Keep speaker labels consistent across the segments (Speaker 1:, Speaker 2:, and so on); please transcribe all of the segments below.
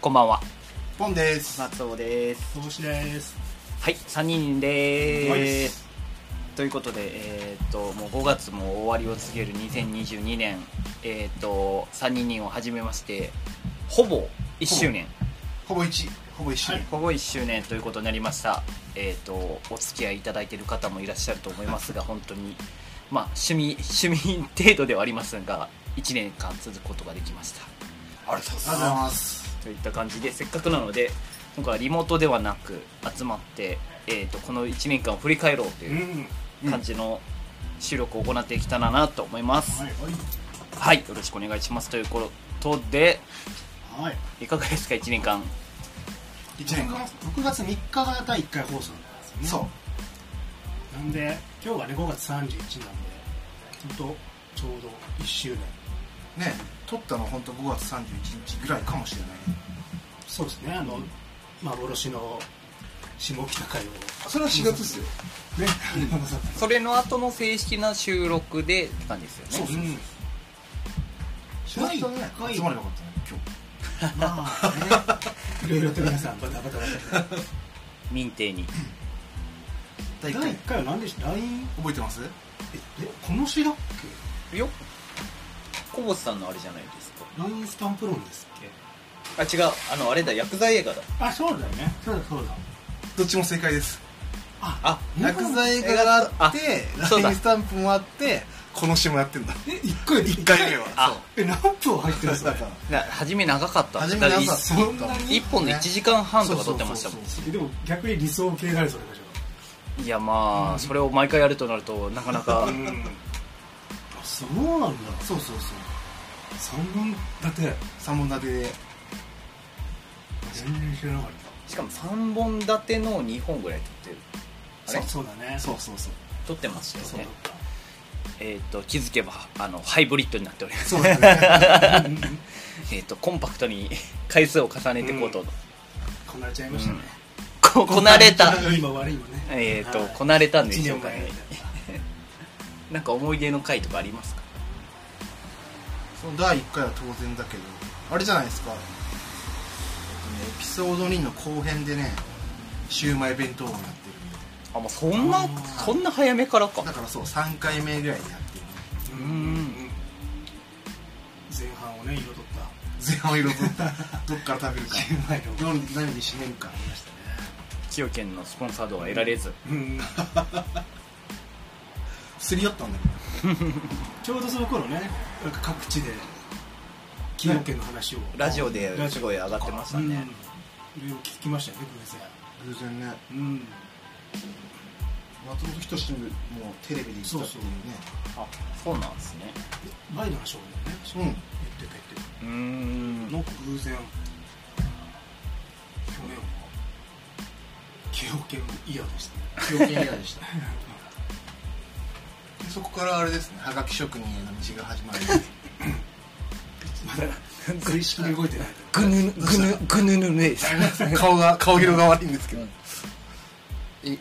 Speaker 1: こんばんは
Speaker 2: ポンです。
Speaker 1: 松尾です
Speaker 2: 投資です。
Speaker 1: はい3人
Speaker 2: はい
Speaker 1: ですということでえーっともう5月も終わりを告げる2022年えーっと3人を始めましてほぼ1周年
Speaker 2: ほぼ一、ほぼ一緒に。
Speaker 1: ほぼ1周年ということになりましたえーっとお付き合いいただいている方もいらっしゃると思いますが本当にまあ趣味趣味程度ではありますが1年間続くことができました
Speaker 2: ありがとうございます。
Speaker 1: といった感じでせっかくなので今回はリモートではなく集まって、えー、とこの1年間を振り返ろうと
Speaker 2: う。
Speaker 1: いうん感じの収録を行ってきたらなと思います、
Speaker 2: はい、
Speaker 1: はいよろしくお願いしますということで
Speaker 3: はい、
Speaker 1: いかがですか1年間
Speaker 2: 一年間。
Speaker 3: 6月3日が第1回放送なんですよね
Speaker 2: そう
Speaker 3: なんで今日がね5月31なんでほんとちょうど1周年
Speaker 2: う。ね、撮ったの本当5月31日ぐらいかもしれない。
Speaker 3: そうですねあの幻の下北海道
Speaker 2: それは4月ですよ。
Speaker 3: ね
Speaker 1: それの後の正式な収録でって感じですよね
Speaker 2: そうそう
Speaker 3: うん
Speaker 2: 4月だね。
Speaker 3: 第一回
Speaker 2: 集まればよかったね。今
Speaker 3: まあ ねいろいろと皆さんバタバタバタ
Speaker 1: 民定に
Speaker 2: 日。第
Speaker 3: 第
Speaker 2: 一回
Speaker 3: 1。回は何でした LINE
Speaker 2: 覚えてます？
Speaker 3: ええこの詩だっ
Speaker 1: よこぼさんのあれじゃないですか
Speaker 3: け LINE スタンプ論ですっけ
Speaker 1: あ違うあのあれだ薬剤映画だ
Speaker 3: あそうだよねそうだそうだ
Speaker 2: どっちも正解です。
Speaker 1: あ
Speaker 2: 薬剤があって、
Speaker 1: あそうだ
Speaker 2: ラインスタンプもあって、この詩もやってんだ。
Speaker 3: え1回
Speaker 2: 一回 目は。
Speaker 1: あ
Speaker 2: そう
Speaker 3: え何分入ってるんですか
Speaker 1: な初め長かった
Speaker 2: 初めなかった
Speaker 3: そんなに
Speaker 1: 1本で1時間半とか撮ってましたもん
Speaker 2: そうそうそうそう
Speaker 3: でも逆に理想系があるそれでし
Speaker 1: いやまあ、それを毎回やるとなるとなかなか
Speaker 3: ょあそうなんだ
Speaker 2: そうそうそう。
Speaker 3: 三本立て
Speaker 2: 三本立てで。
Speaker 3: 全然知らなかっ
Speaker 1: しかも3本立ての2本ぐらい撮ってる
Speaker 3: た
Speaker 1: あれ
Speaker 3: そうだね
Speaker 2: そうそうそう。
Speaker 1: 撮ってました
Speaker 3: そう
Speaker 1: よ
Speaker 3: だ
Speaker 1: ねえっ、と気づけばあのハイブリッドになっております
Speaker 2: そうだね。
Speaker 1: えっとコンパクトに回数を重ねていこうと、
Speaker 3: こなれちゃいましたね
Speaker 1: ここなれた
Speaker 3: 今悪いよね
Speaker 1: えっと
Speaker 3: はい
Speaker 1: こなれたんで
Speaker 3: 一
Speaker 1: しょうか
Speaker 3: 年前
Speaker 1: ねなんか思い出の回とかありますか
Speaker 2: その第1回は当然だけどあれじゃないですか、えっとね、エピソード2の後編でねシューマイ弁当をやって
Speaker 1: あもうそんな
Speaker 3: あー
Speaker 1: そんな早めからか
Speaker 2: るだからそう3回目ぐらいでやってる
Speaker 1: う
Speaker 2: ね
Speaker 3: う
Speaker 1: んん
Speaker 3: 前半をね彩っ
Speaker 2: 前半を彩った どっから食べる
Speaker 3: た
Speaker 2: か
Speaker 3: シューマイの
Speaker 2: 夜何で締めるか
Speaker 3: ありましたね
Speaker 1: 清健のスポンサードは得られず、
Speaker 3: うん
Speaker 2: すり寄ったんだけど
Speaker 3: ちょうどその頃ねなんか各地で崎陽軒の話を
Speaker 1: ラジオで
Speaker 3: ラジ
Speaker 1: す
Speaker 3: オ
Speaker 1: ごい上がってましたね、
Speaker 3: うんいろいろ聞きましたよね偶然
Speaker 2: 偶然ね
Speaker 3: うん
Speaker 2: 松本人志もテレビで来たっていうね
Speaker 1: あそうなんですね
Speaker 3: 前の話をね
Speaker 2: う
Speaker 3: 言っ
Speaker 2: ん
Speaker 3: てた言って
Speaker 1: うーん
Speaker 3: たなんか偶然去年は崎陽軒イヤーでしたね
Speaker 2: 記憶に嫌 でしたそこからあれですねはがき職人への道が始まる
Speaker 3: まだ随意識に動いてない
Speaker 1: ぐぬぐぬぐぬぬぬです
Speaker 2: 顔が顔色が悪いんですけど、い1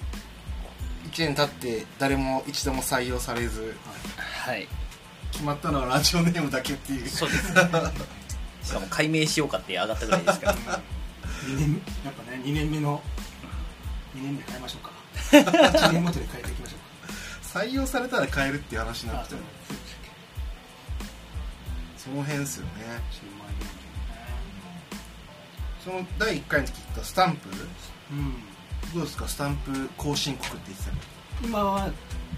Speaker 2: 年経って誰も一度も採用されず
Speaker 1: はい
Speaker 2: 決まったのはラジオネームだけっていう
Speaker 1: そうですしかも解明しようかって上がったぐらいですから
Speaker 3: 2年やっぱね2年目の2年目変えましょうか1年ごとで変えていきましょう
Speaker 2: 採用されたら変えるっていう話に
Speaker 3: か
Speaker 2: な
Speaker 3: あ
Speaker 2: っ
Speaker 3: そ
Speaker 2: て
Speaker 3: うだそうでしたっ
Speaker 2: その辺ですよね
Speaker 3: けシューマイ
Speaker 2: その第1回の時言ったスタンプ
Speaker 3: 料理うん
Speaker 2: どうですかスタンプ後進国って言ってたけど
Speaker 3: 今は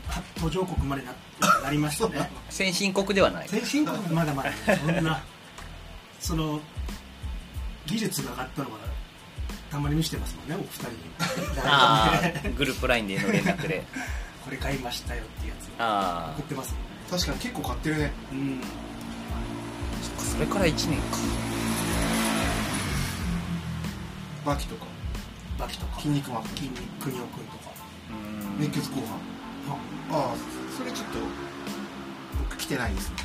Speaker 3: あ途上国までななりましたね
Speaker 1: 先進国ではない
Speaker 3: 先進国まだまだねそんなその技術が上がったのはたまに見せてますもんねお二人に
Speaker 1: ああグループラインでの連絡で
Speaker 3: これ買いましたよってやつ
Speaker 1: あ
Speaker 3: 送ってますもんね
Speaker 2: 確かに結構買ってるね
Speaker 3: うん
Speaker 1: あそっかそれから1年か
Speaker 2: バキとか
Speaker 3: バキとか
Speaker 2: 筋肉マン
Speaker 3: 筋肉国尾くんとか
Speaker 1: うーん
Speaker 2: 熱血後半
Speaker 3: あ
Speaker 2: ああそれちょっと僕来てないですね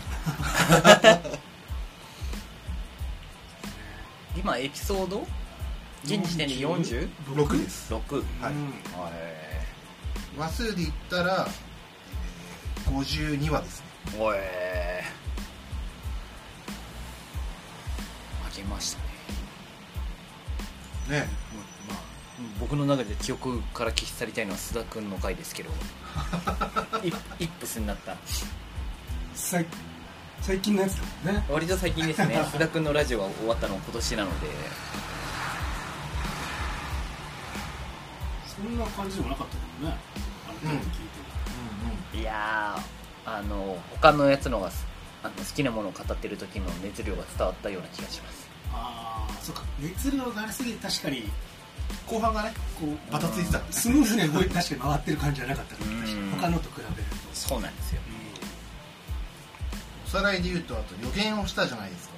Speaker 1: 今エピソード現時点で 46?
Speaker 2: 6です
Speaker 3: は
Speaker 2: はいい
Speaker 1: へ
Speaker 2: 話数で言ったら、えー52話ですね
Speaker 1: えおえ負けましたね
Speaker 2: ね
Speaker 1: まあ、僕の中で記憶から消し去りたいのは須田君の回です けどイイップスになった
Speaker 3: 最最近のやつだもんね
Speaker 1: 割と最近ですね 須田君のラジオが終わったの今年なので
Speaker 3: そんな感じでもなかったけどねあの時聞いて
Speaker 1: いやーあの他のやつの方がすあの好きなものを語ってる時の熱量が伝わったような気がします
Speaker 3: たああそっか熱量がありすぎて確かに
Speaker 2: 後半がね
Speaker 3: こう
Speaker 2: バタついてた
Speaker 3: スムーズに動い て確かに回ってる感じじゃなかったから確か
Speaker 1: うん
Speaker 3: に他のと比べると
Speaker 1: そうなんですよ
Speaker 2: おさらいで言うとあと予言をしたじゃないですか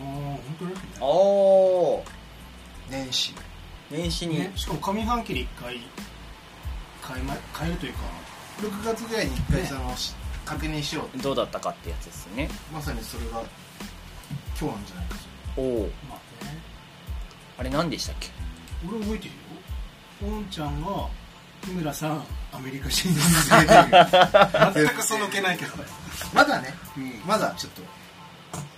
Speaker 3: うんああ本当に
Speaker 1: おお
Speaker 2: 年始
Speaker 1: 年始に、
Speaker 3: ね、しかも上半期に一回変え,、ま、変えるというか
Speaker 2: 6月ぐらいに一回
Speaker 3: ね
Speaker 2: その、し確認しようって
Speaker 1: どうだったかってやつですね
Speaker 2: まさにそれが今日なんじゃないかし
Speaker 1: おお
Speaker 3: まあね
Speaker 1: あれ何でしたっけ
Speaker 3: 俺覚えてるよおんちゃんが「日村さんアメリカ進出に連れてる」全くそのけないけど、
Speaker 2: らまだね
Speaker 3: うん、
Speaker 2: まだちょっと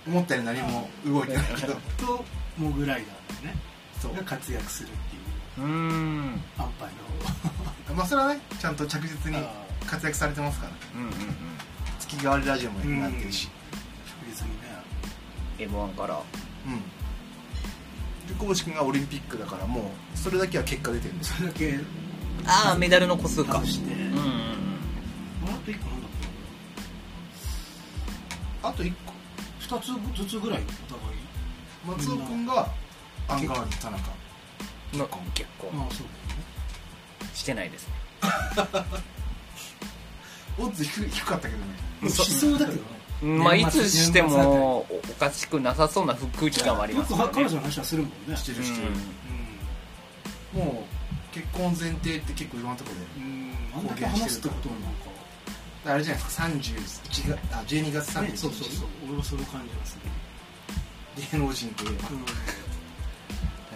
Speaker 2: 思ったより何も動いてないけど
Speaker 3: とモグライダーだよね
Speaker 2: そう
Speaker 3: が活躍するっていう
Speaker 1: うーん
Speaker 3: 安牌の
Speaker 2: まあそれはねちゃんと着実に
Speaker 3: あー
Speaker 2: 活躍されてますから
Speaker 1: うんうんうん
Speaker 2: 月替わりラジオもやってるし
Speaker 3: 確実にね
Speaker 1: m 1から
Speaker 2: うん、で公式がオリンピックだからもうそれだけは結果出てるんですよ
Speaker 3: それだけ
Speaker 1: ああメダルの個数か
Speaker 3: 外して、
Speaker 1: う
Speaker 3: う
Speaker 1: う
Speaker 3: ん
Speaker 1: んう
Speaker 3: あ
Speaker 1: ん
Speaker 3: と1個なんだっ
Speaker 2: あと1個
Speaker 3: け2つずつぐらいお互い
Speaker 2: 松尾君がアンガールズ田中
Speaker 1: 結婚結婚
Speaker 3: ああそう
Speaker 1: してないですね
Speaker 2: オッズ低低かったけどね
Speaker 3: だよねしそうだけどね
Speaker 1: まあい
Speaker 3: 年末
Speaker 1: つしてもおおかしくなさそうな空気感はあります
Speaker 3: よ
Speaker 1: よ
Speaker 3: く彼
Speaker 1: ね
Speaker 3: 女の話はするもんね
Speaker 2: して
Speaker 1: う
Speaker 2: るしてる、
Speaker 1: ん
Speaker 2: もう結婚前提って結構いろんなところで
Speaker 3: うん、うん、あんだけ話すってことはなんか
Speaker 2: あれじゃないですか31月あ12月31日、
Speaker 3: ね、そうそうそう俺はその感じがする、
Speaker 2: 芸能人といえば
Speaker 3: う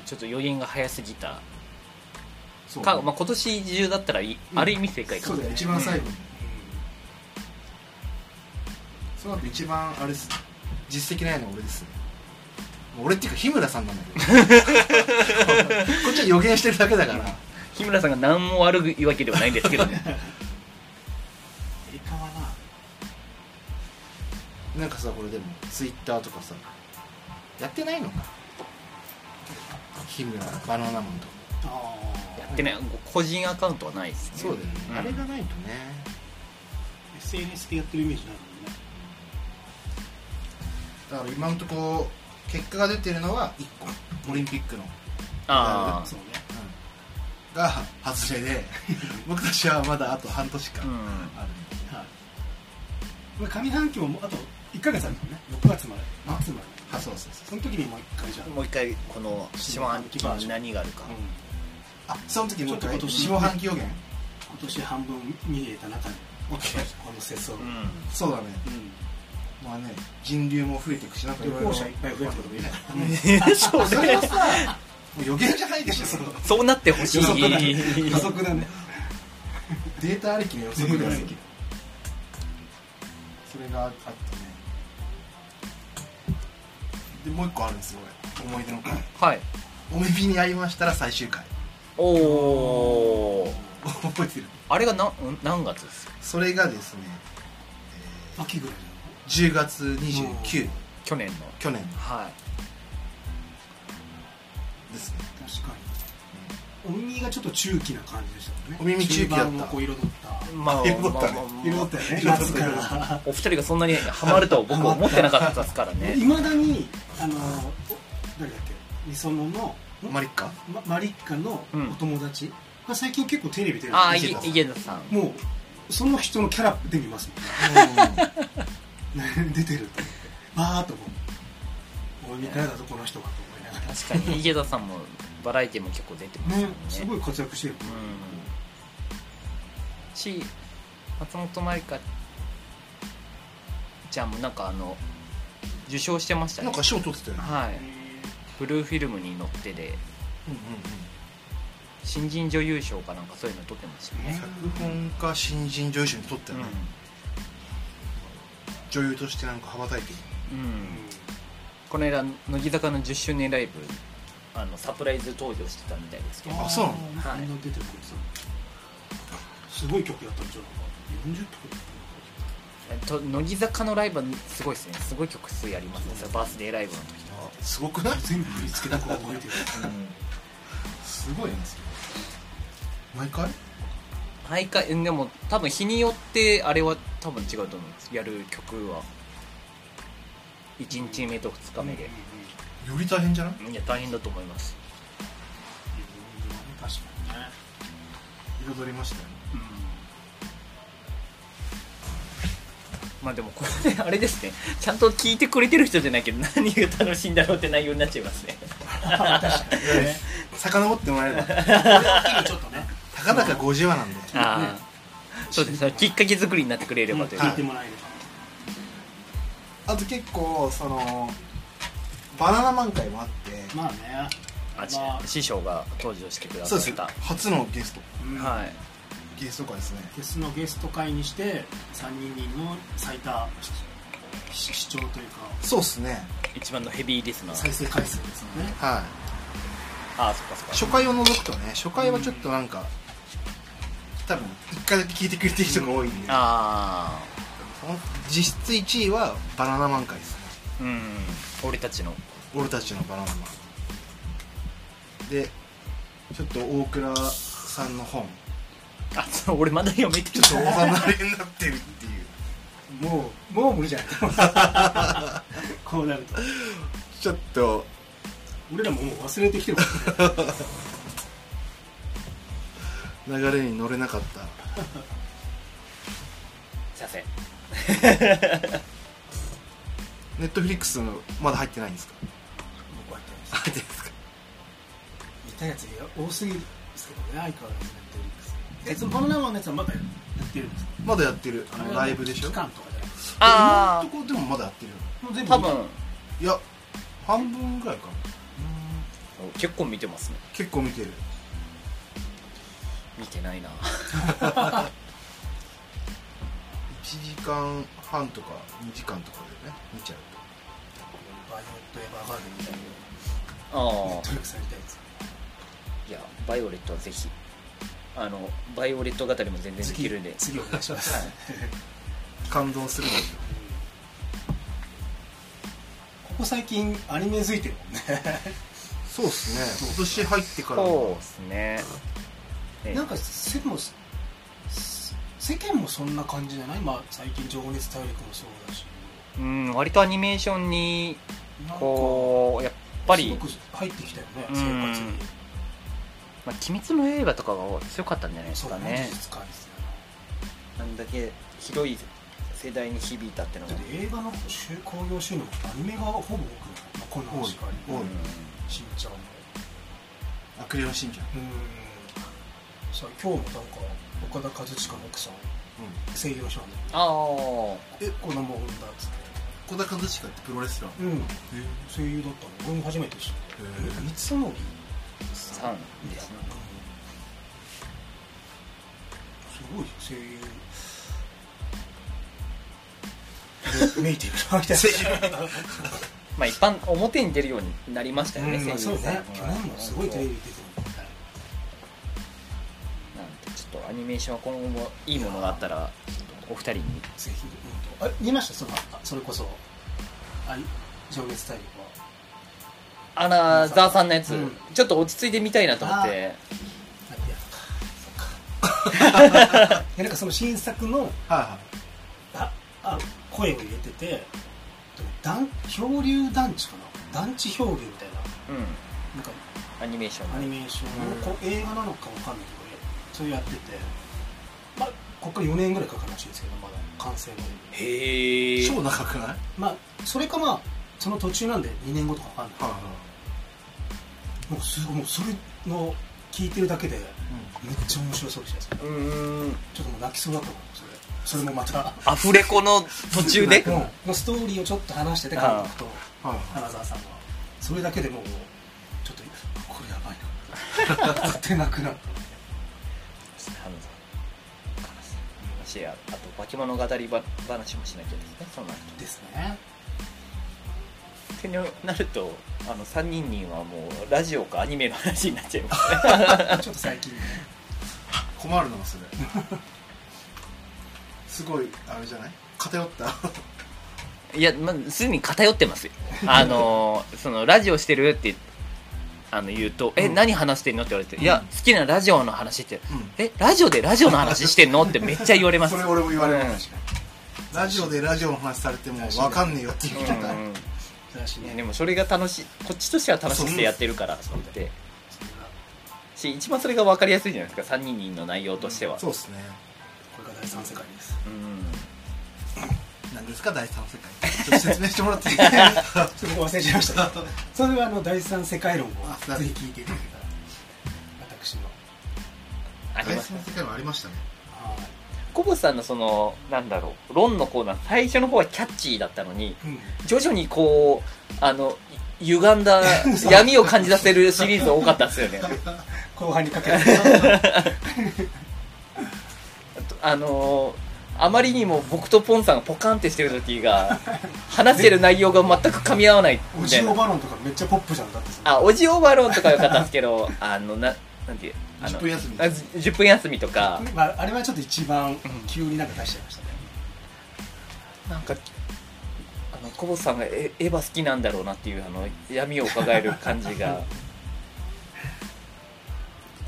Speaker 1: ちょっと予言が早すぎた
Speaker 2: そう
Speaker 1: か、まあ、今年中だったらいい
Speaker 2: うん
Speaker 1: ある意味正解か
Speaker 2: そう
Speaker 1: も
Speaker 2: だよ一番最後に、その後一番あれです実績ないのは俺ですねもう俺っていうか日村さんなんだ けどこっちは予言してるだけだから
Speaker 1: 日村さんが何も悪いわけではないんですけどね
Speaker 3: ん、イカはな
Speaker 2: なんかさこれでもツイッターとかさやってないのか日村バナナマンとか
Speaker 3: あ
Speaker 1: や
Speaker 3: あ
Speaker 1: ってない個人アカウントはないですね
Speaker 2: そうだよね、
Speaker 1: ん
Speaker 2: あれがないとね
Speaker 3: SNS でやってるイメージない
Speaker 2: だから今のところ結果が出てるのは1個オリンピックの、
Speaker 1: あ
Speaker 3: もんねそうね
Speaker 2: うんが外れ で僕たちはまだあと半年間
Speaker 1: あうん
Speaker 2: ある、
Speaker 3: はいこれ上半期ももうあと1か月あるもんね6月まで
Speaker 2: あ
Speaker 3: 末まで
Speaker 2: あそうそうそ
Speaker 3: そうの時にもう1回じゃん、うん、
Speaker 1: もう一回この下半期は何があるか、
Speaker 2: あその時もう一回
Speaker 3: ちょっと今年
Speaker 2: 下半期予言
Speaker 3: 今年半分見えた中でこの世相、う
Speaker 1: うんん
Speaker 2: そうだねまあね人流も増えていくしなんか
Speaker 3: 旅行者いっぱい増えてるとかいない
Speaker 2: そうそれはさ もう予言じゃないでしょその
Speaker 1: そうなってほしい
Speaker 3: 予測だね予測だね
Speaker 2: データありきの予測だよ
Speaker 3: データありき
Speaker 2: それがあったねでもう一個あるんですよ俺思い出の回
Speaker 1: はい
Speaker 2: 「お耳に合いましたら最終回
Speaker 1: おお」
Speaker 2: 覚えてる
Speaker 1: あれがなうん何月ですか
Speaker 2: それがですね
Speaker 3: 秋ぐらい
Speaker 2: 10月29
Speaker 1: 去年の
Speaker 2: 去年
Speaker 1: はい
Speaker 2: ですね
Speaker 3: だ確かにお耳がちょっと中期な感じでしたもんね
Speaker 2: お耳中期だった
Speaker 3: 中盤をこう彩った
Speaker 1: まあまあ
Speaker 2: よかったね
Speaker 1: まあまあ
Speaker 3: 色だったよね
Speaker 2: 色だった
Speaker 3: 夏から
Speaker 1: お二人がそんなにハマるとは僕は思ってなかったですから ね
Speaker 3: いまだにあの誰だっけみそのの
Speaker 2: マリッカ
Speaker 3: まマリッカのお友達が最近結構テレビ出る
Speaker 1: ああ
Speaker 3: 見て
Speaker 1: い
Speaker 3: た
Speaker 1: 池田さん
Speaker 3: もうその人のキャラで見ますもん ね出てると思ってああと思うお耳からだとこの人がと思いながら
Speaker 1: 確かに池田さんもバラエティも結構出てますよ
Speaker 3: ね
Speaker 1: ね
Speaker 3: すごい活躍してる
Speaker 1: うんし松本まりかちゃんもなんかあの受賞してました
Speaker 2: な
Speaker 1: ね
Speaker 2: んか賞取ってたよね
Speaker 1: は
Speaker 3: へ
Speaker 1: いブルーフィルムに乗ってで
Speaker 2: うんうん
Speaker 1: 新人女優賞かなんかそういうの取ってましたよ
Speaker 2: うん
Speaker 1: ね、
Speaker 2: 脚本家新人女優賞に取ったよね女優としてなんか羽ばたいてる
Speaker 1: うん、う
Speaker 3: えうん
Speaker 1: んこの間乃木坂の10周年ライブあのサプライズ投票してたみたいですけど
Speaker 2: あそうなの
Speaker 1: はい
Speaker 3: こんな出てるからさすごい曲やったんじゃないか40曲やっ
Speaker 1: えっと乃木坂のライブはすごいですねすごい曲数やりますねそれバースデーライブの時
Speaker 2: すごくない
Speaker 3: た全部振り付けだから覚えてる
Speaker 2: すごいなそれ毎回
Speaker 1: 毎回うんでも多分日によってあれは多分違うと思うんですやる曲は1日目と2日目で
Speaker 3: うん、うんうん
Speaker 2: より大変じゃない
Speaker 1: いや大変だと思います、
Speaker 3: 確かにね
Speaker 2: 彩りましたよね
Speaker 1: まあでもこれねあれですねちゃんと聞いてくれてる人じゃないけど何が楽しいんだろうって内容になっちゃいますね
Speaker 2: 遡ってもらえ れば
Speaker 3: ちょっとね
Speaker 2: たかだか50話なんで
Speaker 1: ああ そうですねきっかけ作りになってくれればという
Speaker 3: 聞いてもらえれば
Speaker 2: あと結構そのバナナ満開もあって
Speaker 3: まあね
Speaker 1: あち
Speaker 3: まあ
Speaker 1: 師匠が登場してくださ
Speaker 2: そう
Speaker 1: っ
Speaker 2: です
Speaker 1: た
Speaker 2: 初のゲスト
Speaker 3: うん
Speaker 1: はい
Speaker 2: ゲスト会ですね
Speaker 3: フェスのゲスト会にして3人の最多視視聴というか
Speaker 2: そうっすね
Speaker 1: 一番のヘビーリスナ
Speaker 3: 再
Speaker 1: ー
Speaker 3: 生回数ですよね
Speaker 2: は
Speaker 1: ああそっか
Speaker 2: い
Speaker 1: そ
Speaker 2: 初
Speaker 1: っか
Speaker 2: 回を除くとね初回はちょっとなんか多分1回だけ聞いてくれてる人が多いんで
Speaker 1: ああ
Speaker 2: その実質1位はバナナ満開ですね
Speaker 1: うん俺たちの
Speaker 2: 俺たちのバナナマンでちょっと大倉さんの本
Speaker 1: あそう俺まだ読めて
Speaker 2: ち
Speaker 1: る
Speaker 2: ょっとお離れになってるっていう
Speaker 3: もうもう無理じゃないこうなると
Speaker 2: ちょっと
Speaker 3: 俺らももう忘れてきてるからね
Speaker 2: 流れに乗れなかった
Speaker 1: すいません
Speaker 2: ネットフリックスのまだ入ってないんですか
Speaker 3: 僕は言ってないです
Speaker 2: 入ってないですか
Speaker 3: 言ったやつが多すぎるんですけどね相変わらずネットフリックスえそのバナナマンのやつはまだやってるんですか
Speaker 2: まだやってるあのライブでしょ
Speaker 3: 期間とかじゃなくて
Speaker 1: あ
Speaker 2: 今のとこでもまだやってるよ
Speaker 3: もう全部
Speaker 1: 多分
Speaker 2: いや半分ぐらいかな
Speaker 1: 結構見てますね
Speaker 2: 結構見てる
Speaker 1: 見てないな
Speaker 2: 1時間半とか2時間とかでね見ちゃう
Speaker 3: バイオレット・エヴァーガーデンみたいな
Speaker 1: ああ
Speaker 3: ネットフリックスやりたいやつ
Speaker 1: いやバイオレットはぜひあのバイオレット語りも全然できるんで
Speaker 3: 次お願いします
Speaker 2: と感動するのよ
Speaker 3: ここ最近アニメづいてるもんね
Speaker 2: そうっすね今年入ってから
Speaker 1: そうですねええ
Speaker 3: なんか世間もす世間もそんな感じじゃない、まあ、最近「情熱大陸」もそうだし
Speaker 1: うん割とアニメーションに
Speaker 3: なんか
Speaker 1: こうやっぱり
Speaker 3: すご、く入ってきたよね
Speaker 1: う
Speaker 3: 生
Speaker 1: ん
Speaker 3: 活に
Speaker 1: まあ、鬼滅の映画とかが強かったんじゃないです
Speaker 3: そう
Speaker 1: か
Speaker 3: だね
Speaker 1: ね
Speaker 3: 事実感ですね
Speaker 1: あんだけ広い世代に響いたっての
Speaker 3: だって映画の興行収入もアニメがほぼ多くないこの話があり
Speaker 2: 多い多い
Speaker 3: しんちゃんも
Speaker 2: あクレヨンしんちゃん
Speaker 3: うんさあ今日もなんか岡田和親の奥さん
Speaker 2: うん
Speaker 3: 声優少年
Speaker 1: ああ
Speaker 3: え子供を産んだっつって
Speaker 2: 小田和親ってプロレスラー
Speaker 3: うん
Speaker 2: へ
Speaker 3: 声優だったの俺も初めて知って
Speaker 2: え
Speaker 3: 三つ森
Speaker 1: さん
Speaker 3: みたいなすごい声優ネイティブなみたいな
Speaker 1: まあ一般表に出るようになりましたよね、
Speaker 3: うんま
Speaker 1: 声
Speaker 3: あそう
Speaker 1: 優
Speaker 3: ね
Speaker 1: さん
Speaker 3: 去年もすごいテレビ出てるみたい
Speaker 1: なんでちょっとアニメーションは今後もいいものがあったらお二人に
Speaker 3: ぜひうんとあ見ましたそのあそれこそあい情熱大陸は
Speaker 1: あらザーさんのやつ、
Speaker 3: うん
Speaker 1: ちょっと落ち着いてみたいなと思って
Speaker 3: やっぱやったかそっかいやなんかその新作の
Speaker 2: はいはい
Speaker 3: ああ声を入れてて団漂流団地かな団地漂流みたい
Speaker 1: う
Speaker 3: な
Speaker 1: ん
Speaker 3: なんか
Speaker 1: アニメーション
Speaker 3: ア
Speaker 1: の
Speaker 3: ニメーションをこう映画なのかわかんないけどそれやっててまあここから4年ぐらいかかるらしいですけどまだ完成までに
Speaker 1: へえ
Speaker 2: 超長くないはい
Speaker 3: まあそれかまあその途中なんで2年後とかわかんな
Speaker 2: は
Speaker 3: いもうすもうそれの聞いてるだけでめっちゃ面白そうでしたよ
Speaker 1: うーん
Speaker 3: ちょっともう泣きそうだと思うそれそれもまた
Speaker 1: アフレコの途中で
Speaker 3: うんのストーリーをちょっと話してて監督と
Speaker 2: いはいは
Speaker 3: 花澤さんがそれだけでもうちょっとこれやばいな勝てなくなった
Speaker 1: しああと 化け物語ば話もしなきゃですねその後
Speaker 3: ですね
Speaker 1: ってなるとあの3人にはもうラジオかアニメの話になっちゃいます
Speaker 3: ちょっと最近ね
Speaker 2: 困るなそれすごいあれじゃない偏った
Speaker 1: いや、まあ、すでに偏って ますよあのそのラジオしてるってあの言うと「え
Speaker 2: うん
Speaker 1: 何話してんの?」って言われて「いや好きなラジオの話」って
Speaker 2: うん
Speaker 1: 「えラジオでラジオの話してんの?」ってめっちゃ言われ ます
Speaker 3: それ俺も言われる
Speaker 1: うん
Speaker 3: 話
Speaker 2: ラジオでラジオの話されても分かんねえよっていう
Speaker 1: うん
Speaker 2: 方
Speaker 1: うん
Speaker 3: だしね
Speaker 1: でもそれが楽しいこっちとしては楽しくてやってるからと思ってし一番それが分かりやすいじゃないですか3人の内容としては、
Speaker 2: そうですね
Speaker 3: これが第三世界です
Speaker 1: うん
Speaker 2: 何ですか第三世界ちょっと説明してもらっていい
Speaker 3: ちょっと忘れちゃいましたそれはあの第三世界論を
Speaker 2: あなる
Speaker 3: ぜひ聞いていただけたら私の
Speaker 1: あり
Speaker 2: 第
Speaker 1: ます
Speaker 2: 三世界もありましたね
Speaker 3: は
Speaker 1: コボさんのそのなんだろう論のコーナー最初の方はキャッチーだったのに
Speaker 3: いうん
Speaker 1: 徐々にこうあのい歪んだ闇を感じさせるシリーズ多かったですよね
Speaker 3: 後半にかけ て
Speaker 1: あのあまりにも僕とポンさんがポカンってしてる時が話してる内容が全く噛み合わない
Speaker 3: お
Speaker 1: みた
Speaker 3: じ
Speaker 1: いな
Speaker 3: おばロンとかめっちゃポップじゃんだってさ
Speaker 1: あ、おじオーバーローンとか良かったんですけど、 あの、な、なんていう、あの
Speaker 2: 10分休み
Speaker 1: あじ10分休みとか、
Speaker 3: まあ、あれはちょっと一番急になんか出しちゃいましたね、
Speaker 1: なんか、あの、コボさんがエエヴァ好きなんだろうなっていう、あの、闇を伺える感じが、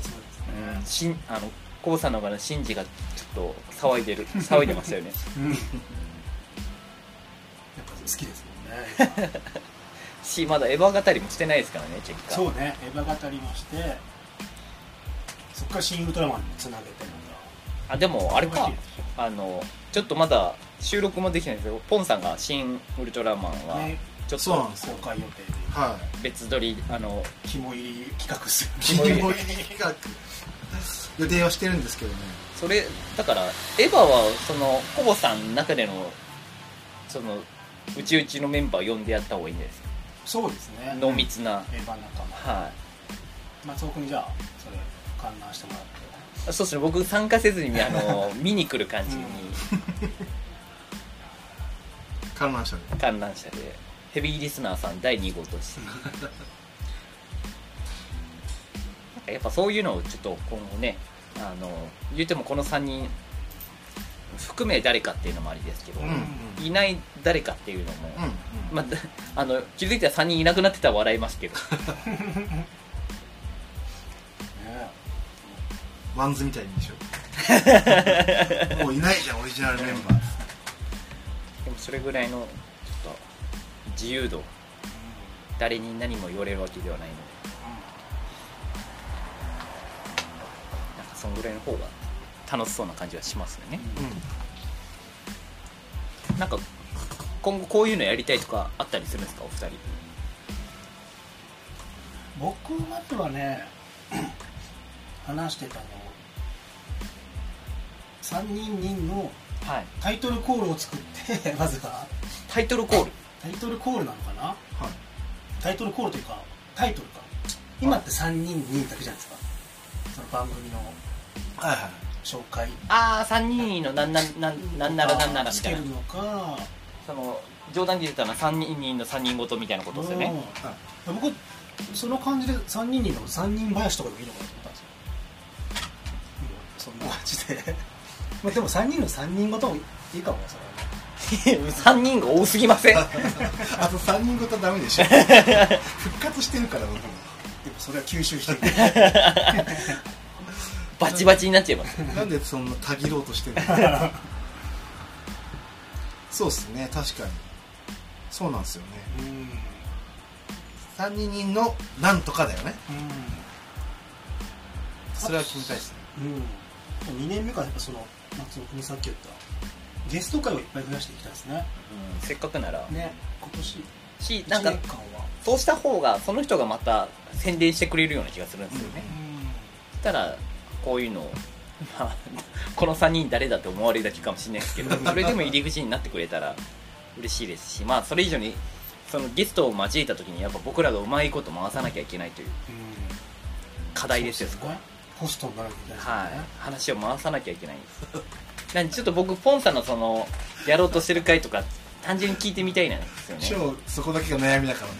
Speaker 3: そうです
Speaker 1: うん、しん、あの、コボさんの方がシンジがちょっと騒いでる、騒いでましたよね。
Speaker 3: うん やっぱ好きですもんね
Speaker 1: し、まだエヴァ語りもしてないですからね、結果。。
Speaker 3: そうう ねエヴァ語りもしてそっから新ウルトラマンにつなげて
Speaker 1: あ、でも、あれ
Speaker 3: ま
Speaker 1: か、あの、ちょっとまだ収録もできてないんですけど、ポンさんが新ウルトラマン
Speaker 3: た
Speaker 1: は、
Speaker 3: ね
Speaker 1: ちょっ
Speaker 2: そうな
Speaker 1: と
Speaker 2: んです
Speaker 3: 公
Speaker 2: よ
Speaker 3: 開予定で
Speaker 2: は
Speaker 1: 別撮り、あの、
Speaker 3: 肝入り企画する
Speaker 2: い
Speaker 1: キ
Speaker 2: キ
Speaker 1: モ
Speaker 2: モ
Speaker 1: い
Speaker 2: い企画予定はしてるんですけどね
Speaker 1: それだからエヴァはそのコボさんの中でのそのうちうちのメンバー呼んでやった方がいいんじゃないですか
Speaker 3: そうですね
Speaker 1: 濃密な、
Speaker 3: エヴァ仲間
Speaker 1: は
Speaker 3: 松尾君にじゃあそれ観覧してもらって
Speaker 1: いそうですね僕参加せずにあの見に来る感じに
Speaker 2: 観覧車で
Speaker 1: 観覧車でヘビーリスナーさん第2号としてなんかやっぱそういうのをちょっと今後ねあの言うてもこの3人含め誰かっていうのもありですけど、
Speaker 2: うんうん
Speaker 1: いない誰かっていうのも、
Speaker 2: うんうん
Speaker 1: まあだ、 あの気づいたら3人いなくなってたら笑いますけど
Speaker 3: ね
Speaker 2: ワンズみたいにでし ょもういないじゃんオリジナルメンバー
Speaker 1: でもそれぐらいのちょっと自由度誰に何も言われるわけではないのでなんかそのぐらいの方が楽しそうな感じはしますよね
Speaker 2: う
Speaker 1: なんか今後こういうのやりたいとかあったりするんですかお二人
Speaker 3: 僕まずはね 話してたの3人人の
Speaker 1: はい
Speaker 3: タイトルコールを作って まずは
Speaker 1: タイトルコール
Speaker 3: タイトルコールなのかなん
Speaker 2: はい
Speaker 3: タイトルコールというかタイトルか今って3人人だけじゃないですかその番組の
Speaker 2: はいはい
Speaker 3: 紹介
Speaker 1: ああ3人のなんなんなんなんならなんならみ
Speaker 3: つ
Speaker 1: た
Speaker 3: け
Speaker 1: い
Speaker 3: る
Speaker 1: な
Speaker 3: のか
Speaker 1: その冗談で言ったのは3人の3人ごとみたいなことですよね
Speaker 3: うん僕その感じで3人人の3人林とかでもいいのかなと思ったんですよそんな感じでまあでも3人の3人ごともいいかもそれはね
Speaker 1: 3人が多すぎません
Speaker 2: あと3人ごとダメでしょ復活してるから僕も
Speaker 3: でもそれは吸収してる
Speaker 1: バチバチになっちゃいます
Speaker 2: なんでそんなたぎろうとしてるのそうっすね確かにそうなんですよね
Speaker 3: うんうん
Speaker 2: 3人のなんとかだよねそれは決めたいっすね
Speaker 3: うん2年目からやっぱその松尾君さっき言ったゲスト会をいっぱい増やしていきたいですね
Speaker 1: うんせっかくなら、
Speaker 3: ね今年
Speaker 1: しな
Speaker 3: 1
Speaker 1: んか
Speaker 3: 年間は
Speaker 1: そうした方がその人がまた宣伝してくれるような気がするんですよね、そしたらこういうのを、 まあ、この3人誰だって思われるだけかもしれないですけどそれでも入り口になってくれたら嬉しいですしまあそれ以上にそのゲストを交えた時にやっぱ僕らがうまいこと回さなきゃいけないという課題ですよそこは、
Speaker 3: ホストになるみたいな
Speaker 1: は
Speaker 3: ね
Speaker 1: い、話を回さなきゃいけないんですなんでちょっと僕ポンさんのそのやろうとしてる回とか単純に聞いてみたいなんですよね
Speaker 2: 今日そこだけが悩みだからね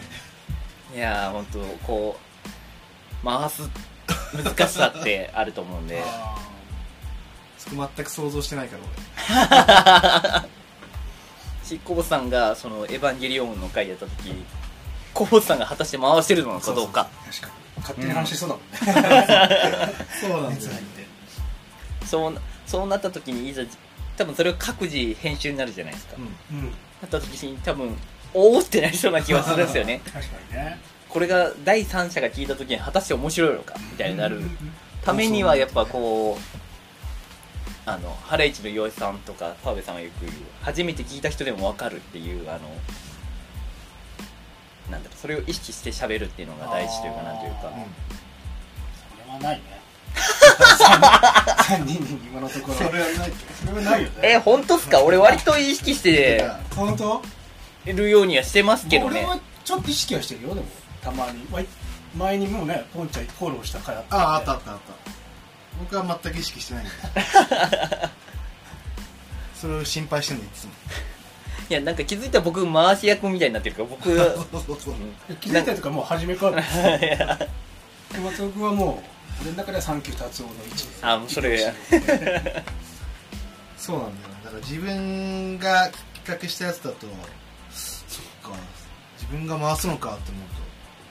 Speaker 1: いやー本当こう回す 難しさってあると思うんで
Speaker 3: あ
Speaker 2: そこ全く想像してないから
Speaker 1: しコボさんがその「エヴァンゲリオン」の回やった時コボさんが果たして回してるの
Speaker 3: ー
Speaker 1: かどうか
Speaker 3: そうそう確かに勝手に話しそうだもんね、
Speaker 2: 俺そうなん
Speaker 3: 熱
Speaker 2: だよ
Speaker 3: 入って
Speaker 1: そうそうなった時にいざ多分それを各自編集になるじゃないですか、
Speaker 2: うん
Speaker 3: うん
Speaker 1: なった時に多分おおってなりそうな気はするんです よね
Speaker 3: 確かにね
Speaker 1: これが第三者が聞いた時に果たして面白いのかみたいになるためにはやっぱこうあのハライチの岩井さんとか澤部さんがよく言う初めて聞いた人でも分かるっていうあのなんだろうそれを意識して喋るっていうのが大事というかなんというか
Speaker 3: あ
Speaker 2: うん
Speaker 3: それは ないね3人に今のところ
Speaker 2: それはないけ
Speaker 3: それはないよね
Speaker 1: え本当っすか俺割と意識して
Speaker 3: 本当
Speaker 1: るようにはしてますけど
Speaker 3: 俺
Speaker 1: ね
Speaker 3: はちょっと意識はしてるよでもたまにわい前にもうねポンちゃんフォローした回あっ
Speaker 2: どあああった
Speaker 3: た
Speaker 2: あったあった僕は全く意識して ないんだそれを心配してんのいつも
Speaker 1: いやなんか気づいたら僕回し役みたいになってるから 僕
Speaker 2: そうそうそう
Speaker 3: 気づいたりとかもう初めから熊本君はもう俺の中では三級達夫の位置です
Speaker 1: あもうそれ
Speaker 2: そうなんだよなだから自分が企画したやつだとそっか自分が回すのかって思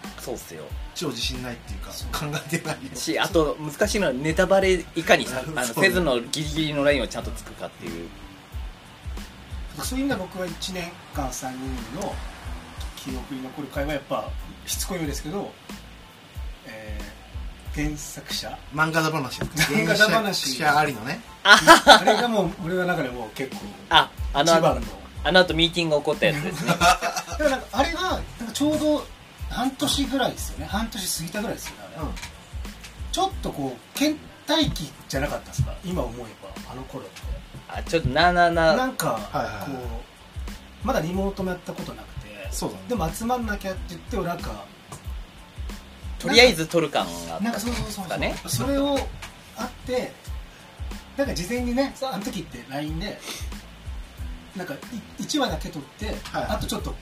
Speaker 2: うと
Speaker 1: そうっすよ
Speaker 2: 超自信ないっていうか考えてないよ
Speaker 1: しあと難しいのはネタバレいかにさあの
Speaker 2: そうね
Speaker 1: せずのギリギリのラインをちゃんとつくかっていう
Speaker 3: そういう意味では僕は1年間3人の記憶に残る回はやっぱしつこいようですけど、えー原作 者
Speaker 2: 漫画だ話
Speaker 3: 漫画だ話
Speaker 2: 原作者ありのね
Speaker 3: あれがもう俺の中でもう結構
Speaker 1: ああ
Speaker 3: 一
Speaker 1: の
Speaker 3: 番の
Speaker 1: あの後ミーティングが起こったやつです ね
Speaker 3: でもなんかあれがなんかちょうど半年ぐらいですよね半年過ぎたぐらいですよねあれ
Speaker 2: うん
Speaker 3: ちょっとこう倦怠期じゃなかったですか今思えばあの頃って
Speaker 1: あちょっとなな
Speaker 3: な
Speaker 1: なん
Speaker 3: か
Speaker 2: はいはいはい
Speaker 3: こうまだリモートもやったことなくて
Speaker 2: そうだね
Speaker 3: でも集まんなきゃって言って俺なんか
Speaker 1: とりあえず撮る感があっ
Speaker 3: な
Speaker 1: た
Speaker 3: んかそうそうそう
Speaker 1: だね
Speaker 3: それをあってなんか事前にねあの時って LINE でなんか1話だけ撮って、
Speaker 2: はい
Speaker 3: あとちょっと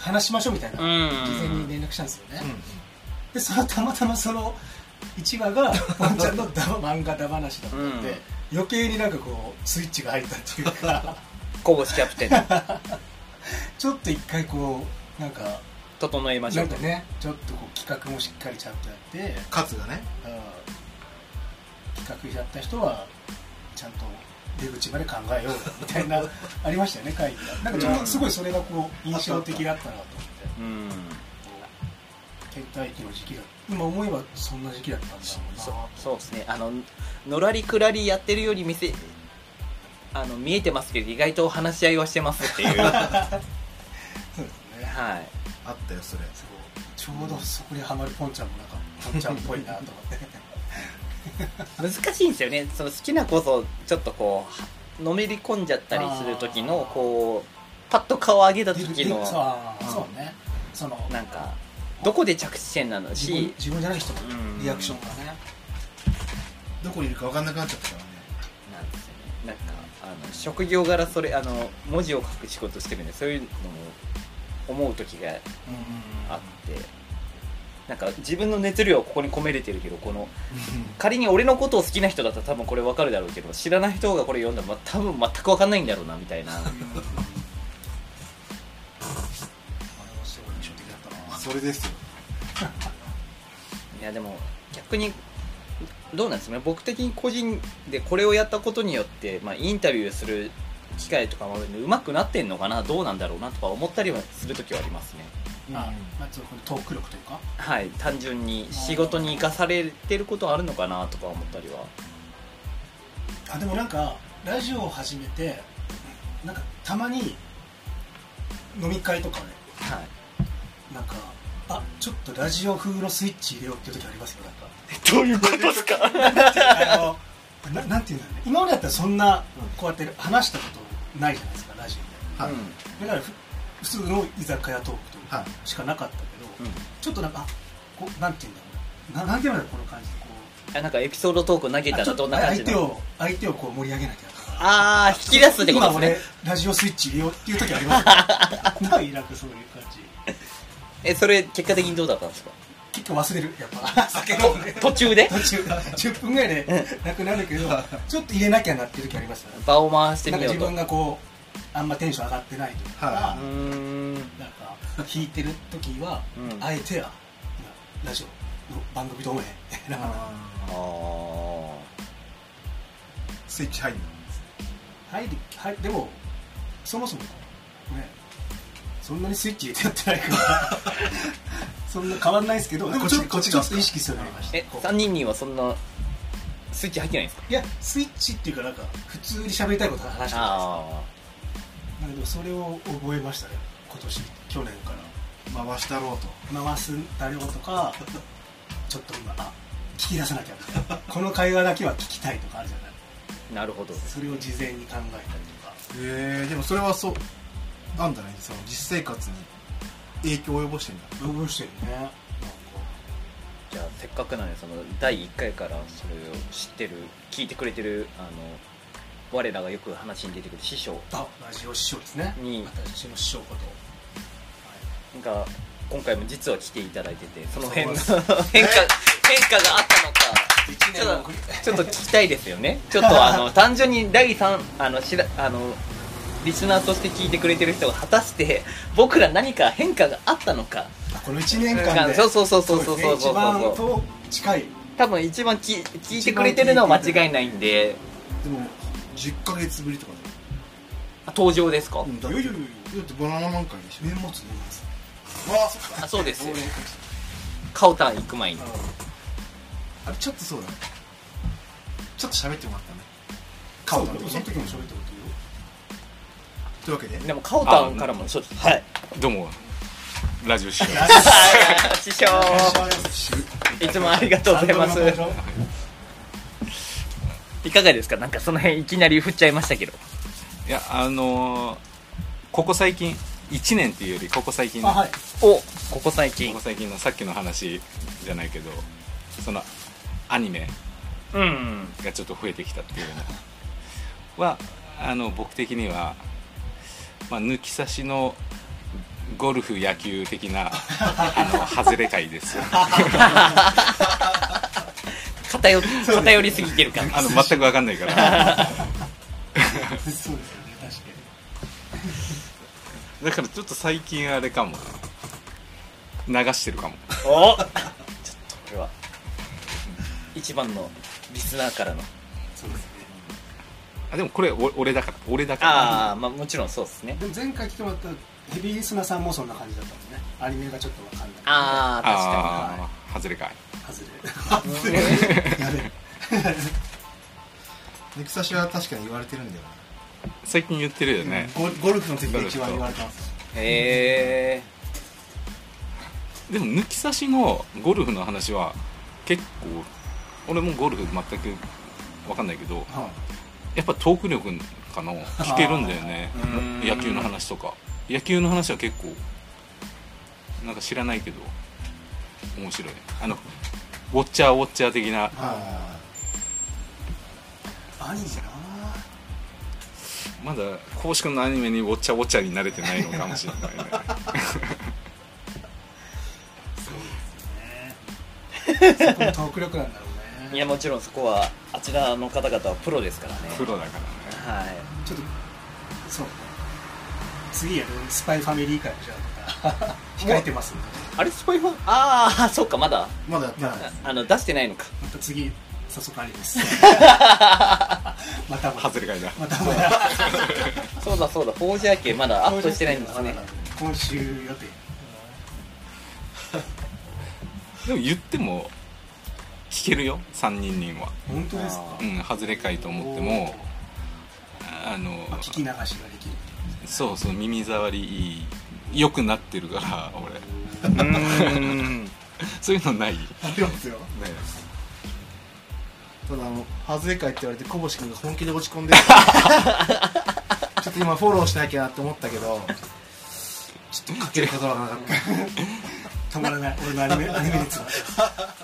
Speaker 3: 話しましょうみたい
Speaker 1: う
Speaker 3: な、事前に
Speaker 1: ん
Speaker 3: 連絡したんですよね、
Speaker 2: うん
Speaker 3: でそのたまたまその1話 がポンちゃんのだ漫画だ話だったんで、
Speaker 1: うん
Speaker 3: 余計になんかこうスイッチが入ったっていう か
Speaker 1: こぼしキャプ テンの
Speaker 3: ちょっと一回こうなんか
Speaker 1: 整えまし
Speaker 3: な
Speaker 1: ょうんと
Speaker 3: かねちょっとこう企画もしっかりちゃんとやって
Speaker 2: 勝がね
Speaker 3: うん企画やった人はちゃんと出口まで考えようみた いなありましたよね会議がなんかちょっとすごいそれがこう印象的だったなと思って
Speaker 1: うん
Speaker 3: 倦怠期の時期だ今思えばそんな時期だったんだろうな
Speaker 1: そそうですねあののらりくらりやってるより見せあの見えてますけど意外と話し合いはしてますっていう は
Speaker 3: そうですね
Speaker 1: い
Speaker 2: あったよそれ
Speaker 3: そうちょうどそこにハマるポンちゃんもなんかポンちゃんっぽいなと思って
Speaker 1: 難しいんですよねその好きなこそちょっとこうのめり込んじゃったりする時の
Speaker 3: あー
Speaker 1: こうパッと顔上げた
Speaker 3: で
Speaker 1: 時
Speaker 3: でそう
Speaker 1: の
Speaker 3: あーそうねその
Speaker 1: なんかどこで着地点なの
Speaker 3: 自分
Speaker 1: し
Speaker 3: 自分じゃない人の
Speaker 1: うん
Speaker 3: リアクションがね
Speaker 2: どこにいるか分かんなくなっちゃったからね
Speaker 1: なんですよねなんかあの職業柄それあの文字を書く仕事してるんでそういうのも思う時があってなんか自分の熱量をここに込めれてるけどこ の仮に俺のことを好きな人だったら多分これわかるだろうけど知らない人がこれ読んだらま多分全くわかんないんだろうなみたいな。
Speaker 3: あれはすごい印象的だったな
Speaker 2: それです よ
Speaker 1: いやでも逆にどうなんですかね僕的に個人でこれをやったことによって、まあ、インタビューする機会とかもあるんでうまくなってんのかなどうなんだろうなとか思ったりはする時はありますね
Speaker 3: あまあ、そのトーク力というか
Speaker 1: はい単純に仕事に生かされてることあるのかなとか思ったりは
Speaker 3: あでもなんかラジオを始めてなんかたまに飲み会とかで
Speaker 1: はい
Speaker 3: なんかあちょっとラジオ風のスイッチ入れようっていう時ありますよなん か
Speaker 1: どういうことですか
Speaker 3: あのななんていうんだろうね今までだったらそんなこうやって話したことないじゃないですかラジオ
Speaker 2: はい
Speaker 3: でだからふ普通の居酒屋トークという
Speaker 2: は
Speaker 3: か
Speaker 2: い
Speaker 3: しかなかったけど、
Speaker 1: うん、うん
Speaker 3: ちょっとなんかあこうなんていうんだろうなななんていうんだろうこの感じこう
Speaker 1: あなんかエピソードトーク投げたらどんな感じ
Speaker 3: あちょっ
Speaker 1: の
Speaker 3: と相手を相手をこう盛り上げなきゃとか
Speaker 1: ああ引き出すってことです
Speaker 3: 今
Speaker 1: ね
Speaker 3: 俺ラジオスイッチ入れようっていう時あります よないなんかそういう感じ
Speaker 1: えそれ結果的にどうだったんですか
Speaker 3: 結構忘れるやっ ぱ酒飲んで
Speaker 1: 途中 で
Speaker 3: 途中10分ぐら いでなくなるけどちょっと入れなきゃなっていう時ありますよね
Speaker 1: 場を回して
Speaker 3: なん
Speaker 1: み
Speaker 3: か
Speaker 1: よう
Speaker 3: 自
Speaker 1: と
Speaker 3: 分がこうあんまテンション上がってないとか、
Speaker 2: は
Speaker 1: うーん
Speaker 3: なんか弾いてる時は、
Speaker 1: うん
Speaker 3: あえては今ラジオの番組どうめだから
Speaker 1: あー
Speaker 2: スイッチ入る
Speaker 3: はいではいでもそもそもねそんなにスイッチ入れてやってないから そんな変わんないですけどでもちょっと
Speaker 2: こっち
Speaker 3: ち
Speaker 2: こ
Speaker 3: ょ
Speaker 2: っちが
Speaker 3: っと意識するようになりました
Speaker 1: え
Speaker 3: こう
Speaker 1: 三3人にはそんなスイッチ入ってないんですか
Speaker 3: いやスイッチっていうかなんか普通に喋りたいこと話してたん
Speaker 1: あ
Speaker 3: ですだけどそれを覚えましたね今年去年から
Speaker 2: 回したろうと
Speaker 3: 回すだろうとかちょっと今あ聞き出さなきゃみたいなこの会話だけは聞きたいとかあるじゃない
Speaker 1: あなるほど
Speaker 3: それを事前に考えたりとか
Speaker 2: へえでもそれはそうなんだねその実生活に影響を及ぼしてんだ
Speaker 3: 覚えしてるねなんか
Speaker 1: じゃあせっかくなんでその第1回からそれを知ってる聞いてくれてるあの我らがよく話に出てくる師匠
Speaker 3: あラジオ師匠ですね
Speaker 1: に
Speaker 3: 私の師匠こと
Speaker 1: が今回も実は来ていただいててその辺の
Speaker 3: そ
Speaker 1: 変化変化があったのか
Speaker 3: 1
Speaker 1: ちょっと
Speaker 3: 送り
Speaker 1: ちょっと聞きたいですよねちょっとあ の単純に第3あのしらあのリスナーとして聞いてくれてる人が果たして僕ら何か変化があったのか
Speaker 3: あこの1年間で
Speaker 1: そうそうそうそうそうそうそうそう
Speaker 3: 一番と近い
Speaker 1: 多分一番き聞いてくれてるのは間違いないんで
Speaker 2: でも10ヶ月ぶりとか
Speaker 1: あ登場ですか、
Speaker 2: だよ、うん、
Speaker 3: い
Speaker 2: だ
Speaker 3: や
Speaker 2: っ
Speaker 3: い
Speaker 2: て
Speaker 3: やいやいや
Speaker 2: だってバナナマン会でしょ
Speaker 3: 年末年末
Speaker 2: ああそっか
Speaker 1: あそうですよ
Speaker 2: 俺
Speaker 1: カオタン行く前に
Speaker 2: あれちょっとそうだねちょっと喋ってもらったね
Speaker 3: 顔
Speaker 2: だ
Speaker 3: だ
Speaker 2: ね
Speaker 3: その時も喋ったこと言うよ
Speaker 2: というわけで
Speaker 1: でもカオタンからもちょっとはい
Speaker 4: どうもラジオ師匠
Speaker 1: 師匠
Speaker 2: し
Speaker 1: いつもありがとうございます
Speaker 3: ありがとうございま
Speaker 1: いかがですかなんかその辺いきなり振っちゃいましたけど
Speaker 4: いやあのーここ最近1年っていうよりここ最近
Speaker 3: すあはい
Speaker 1: おここ最近
Speaker 4: ここ最近のさっきの話じゃないけどそのアニメ
Speaker 1: うん
Speaker 4: がちょっと増えてきたっていうのはあの僕的には、まあ、抜き差しのゴルフ野球的 なあの外れ会ですよ
Speaker 1: 偏り偏りすぎて るから
Speaker 4: あの全く分かんないから
Speaker 3: そうですよね確か
Speaker 4: だからちょっと最近あれかも流してるかも
Speaker 1: おちょっとこれは一番のリスナーからの
Speaker 3: にそうですね
Speaker 4: あでもこれお俺だから俺だから
Speaker 1: ああまあもちろんそうですね
Speaker 3: でも前回来てもらったヘビーリスナーさんもそんな感じだったもんねアニメがちょっとわかんない
Speaker 1: ああ
Speaker 4: あー外れ会
Speaker 3: 外
Speaker 1: 確かには
Speaker 3: れ
Speaker 1: い
Speaker 3: やべえ
Speaker 2: 抜き差しは確かに言われてるんだよ
Speaker 4: 最近言ってるよね、
Speaker 2: ゴゴルフの時が一番言われてます
Speaker 1: へえ
Speaker 4: でも抜き差しのゴルフの話は結構俺もゴルフ全く分かんないけど
Speaker 2: は
Speaker 4: やっぱトーク力かな聞けるんだよね
Speaker 1: あー
Speaker 4: 野球の話とか野球の話は結構なんか知らないけど面白いあのウォッチャーウォッチャー的な
Speaker 2: あは
Speaker 3: アニ メな
Speaker 4: まだ公式のアニメにウォッチャーウォッチャーに慣れてないのかもしれないね
Speaker 3: そうですねそこもトーク力なんだろうね
Speaker 1: いやもちろんそこはあちらの方々はプロですからね
Speaker 4: プロだからね
Speaker 1: はい
Speaker 3: ちょっとそう次やるスパイファミリー会をじゃあまた 控えてますんで
Speaker 1: あれスパイファンああ そうかまだ
Speaker 2: いまだやってない
Speaker 1: ああの出してないのか
Speaker 3: また次早速ありです またまた
Speaker 4: 外れ会だ
Speaker 3: また また
Speaker 1: そうだそうだフォージャー系まだアップしてないんですね
Speaker 3: 今週予定
Speaker 4: でも言っても聞けるよ3人には
Speaker 3: 本当ですか
Speaker 1: あ
Speaker 4: うん外れ会と思ってもあの
Speaker 3: おー聞き流しができる
Speaker 4: そうそう耳障りいい良くなってるから 俺
Speaker 1: うー ん
Speaker 4: そういうのないね
Speaker 2: ありますよただあの外れ会って言われて小星君が本気で落ち込んでるちょっと今フォローしなきゃなって思ったけどちょっとかける言葉がなかっ
Speaker 3: 止まらない俺のアニメアニメ熱は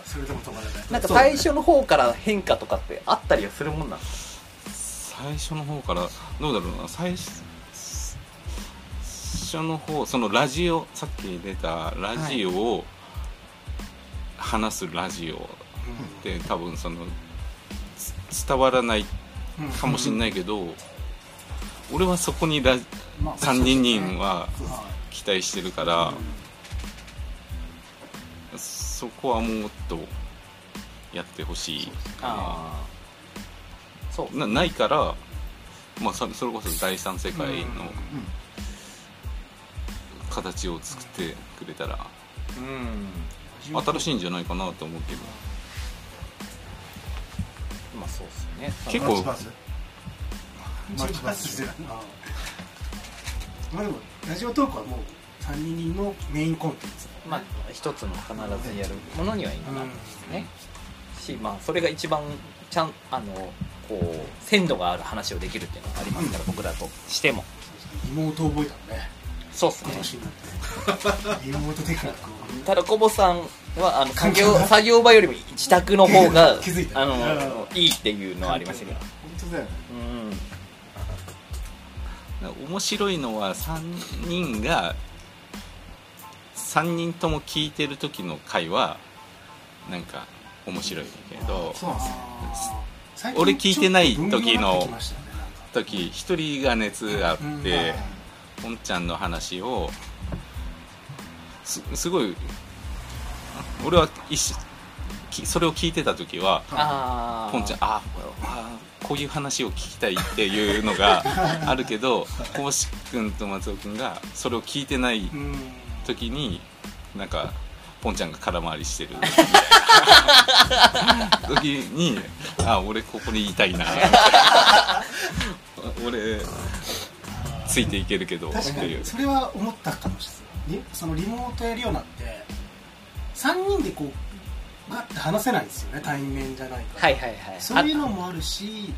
Speaker 3: それでも止まらない
Speaker 1: なんか最初の方から変化とかってあったりはするもんなんです
Speaker 4: 最初の方からどうだろうな最初最初の方そのラジオさっき出たラジオを、話すラジオって多分そのつ伝わらないかもしれないけど、俺はそこにラ
Speaker 3: まあ
Speaker 4: 3人人は
Speaker 3: そうですね
Speaker 4: 期待してるから
Speaker 3: はい、
Speaker 4: そこはもっとやってほしい
Speaker 1: ああそう
Speaker 4: なないから、まあ、さそれこそ第三世界の形を作ってくれたら
Speaker 1: うん
Speaker 4: 新しいんじゃないかなと思うけど
Speaker 1: まあそうですね
Speaker 4: 結
Speaker 2: マッチ
Speaker 4: 構
Speaker 2: バズマッチバス
Speaker 3: うんまあでもラジオトークはもう3人のメインコンテンツ
Speaker 1: まあ一つの必ずやるものには今なるんですね、しまあそれが一番ちゃんあのこう鮮度がある話をできるっていうのがありますから、僕らとしても
Speaker 3: 妹覚えたのね
Speaker 1: そうですね
Speaker 3: 今年になってね妹テクニックを
Speaker 1: ただコボさんはあの作業作業場よりも自宅の方が
Speaker 3: 気づいた
Speaker 1: あのいいっていうのはありましたけど
Speaker 2: 本当だよね
Speaker 1: うん
Speaker 4: 面白いのは3人が3人とも聞いてる時の回はなんか面白いけど
Speaker 2: そうなんですよ
Speaker 3: 最
Speaker 4: 俺聞いてない
Speaker 3: ちょっと分業
Speaker 4: 時の
Speaker 3: になってきましたよねなんか
Speaker 4: 時1人が熱あってポンちゃんの話をすすごい俺は一しきそれを聞いてた時は
Speaker 1: ああ
Speaker 4: ポンちゃんああこういう話を聞きたいっていうのがあるけどこうし君と松尾君がそれを聞いてない
Speaker 3: うん
Speaker 4: 時になんかポンちゃんが空回りしてる時にあ俺ここにいたいな俺ついていけるけどって
Speaker 3: 確か
Speaker 4: いう
Speaker 3: にそれは思ったかもしれないリそのリモートやるようになって3人でこうガッて話せないんですよね対面じゃないから、
Speaker 1: はいはいはい
Speaker 3: そういうのもあるし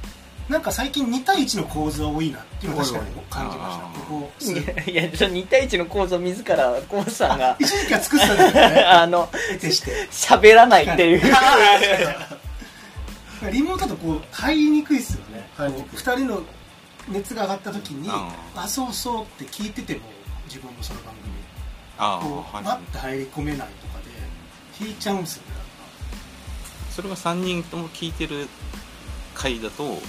Speaker 3: なんか最近2対1の構図は多いなっていうのは確かに感じました
Speaker 4: あー
Speaker 3: ここ
Speaker 1: あいやいやちょっと2対1の構造自らコボさんが
Speaker 3: 一時期は作ってたんですよね
Speaker 1: あの
Speaker 3: 得てして
Speaker 1: 喋らないっていう
Speaker 3: リモートだとこう入りにくいですよね
Speaker 2: 入りにくい
Speaker 3: 2人の熱が上がった時に
Speaker 4: あ
Speaker 3: 「あそうそう」って聞いてても自分もその番組
Speaker 4: あ
Speaker 3: こ
Speaker 4: あ、
Speaker 3: う
Speaker 4: は
Speaker 3: バ
Speaker 4: い
Speaker 3: ッ、て入り込めないとかで引いちゃうんですよね
Speaker 4: それが3人とも聞いてる回だと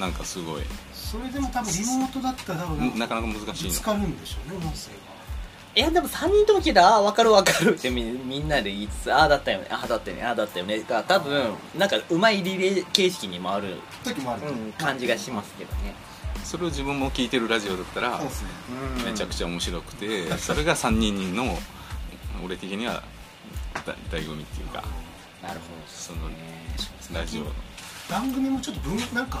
Speaker 4: なんかすごい
Speaker 3: それでも多分リモートだったら多分
Speaker 4: なかなか難しい
Speaker 3: ぶ
Speaker 4: の
Speaker 3: つかるんでしょうね音声
Speaker 1: いやでも3人とも聞いたら「ああ分かる分かる」ってみみんなで言いつつ「ああだったよねああだったよねああだったよね」が多分なんかうまいリレー形式に回る、
Speaker 2: 時もある
Speaker 1: うん、感じがしますけどね、
Speaker 4: それを自分も聞いてるラジオだったら
Speaker 2: そうですね
Speaker 1: うん、
Speaker 4: めちゃくちゃ面白くてそれが3人の俺的にはだ醍醐味っていうか
Speaker 1: なるほど
Speaker 4: その
Speaker 3: が
Speaker 4: ラジオ
Speaker 3: 番組もちょっと分なんか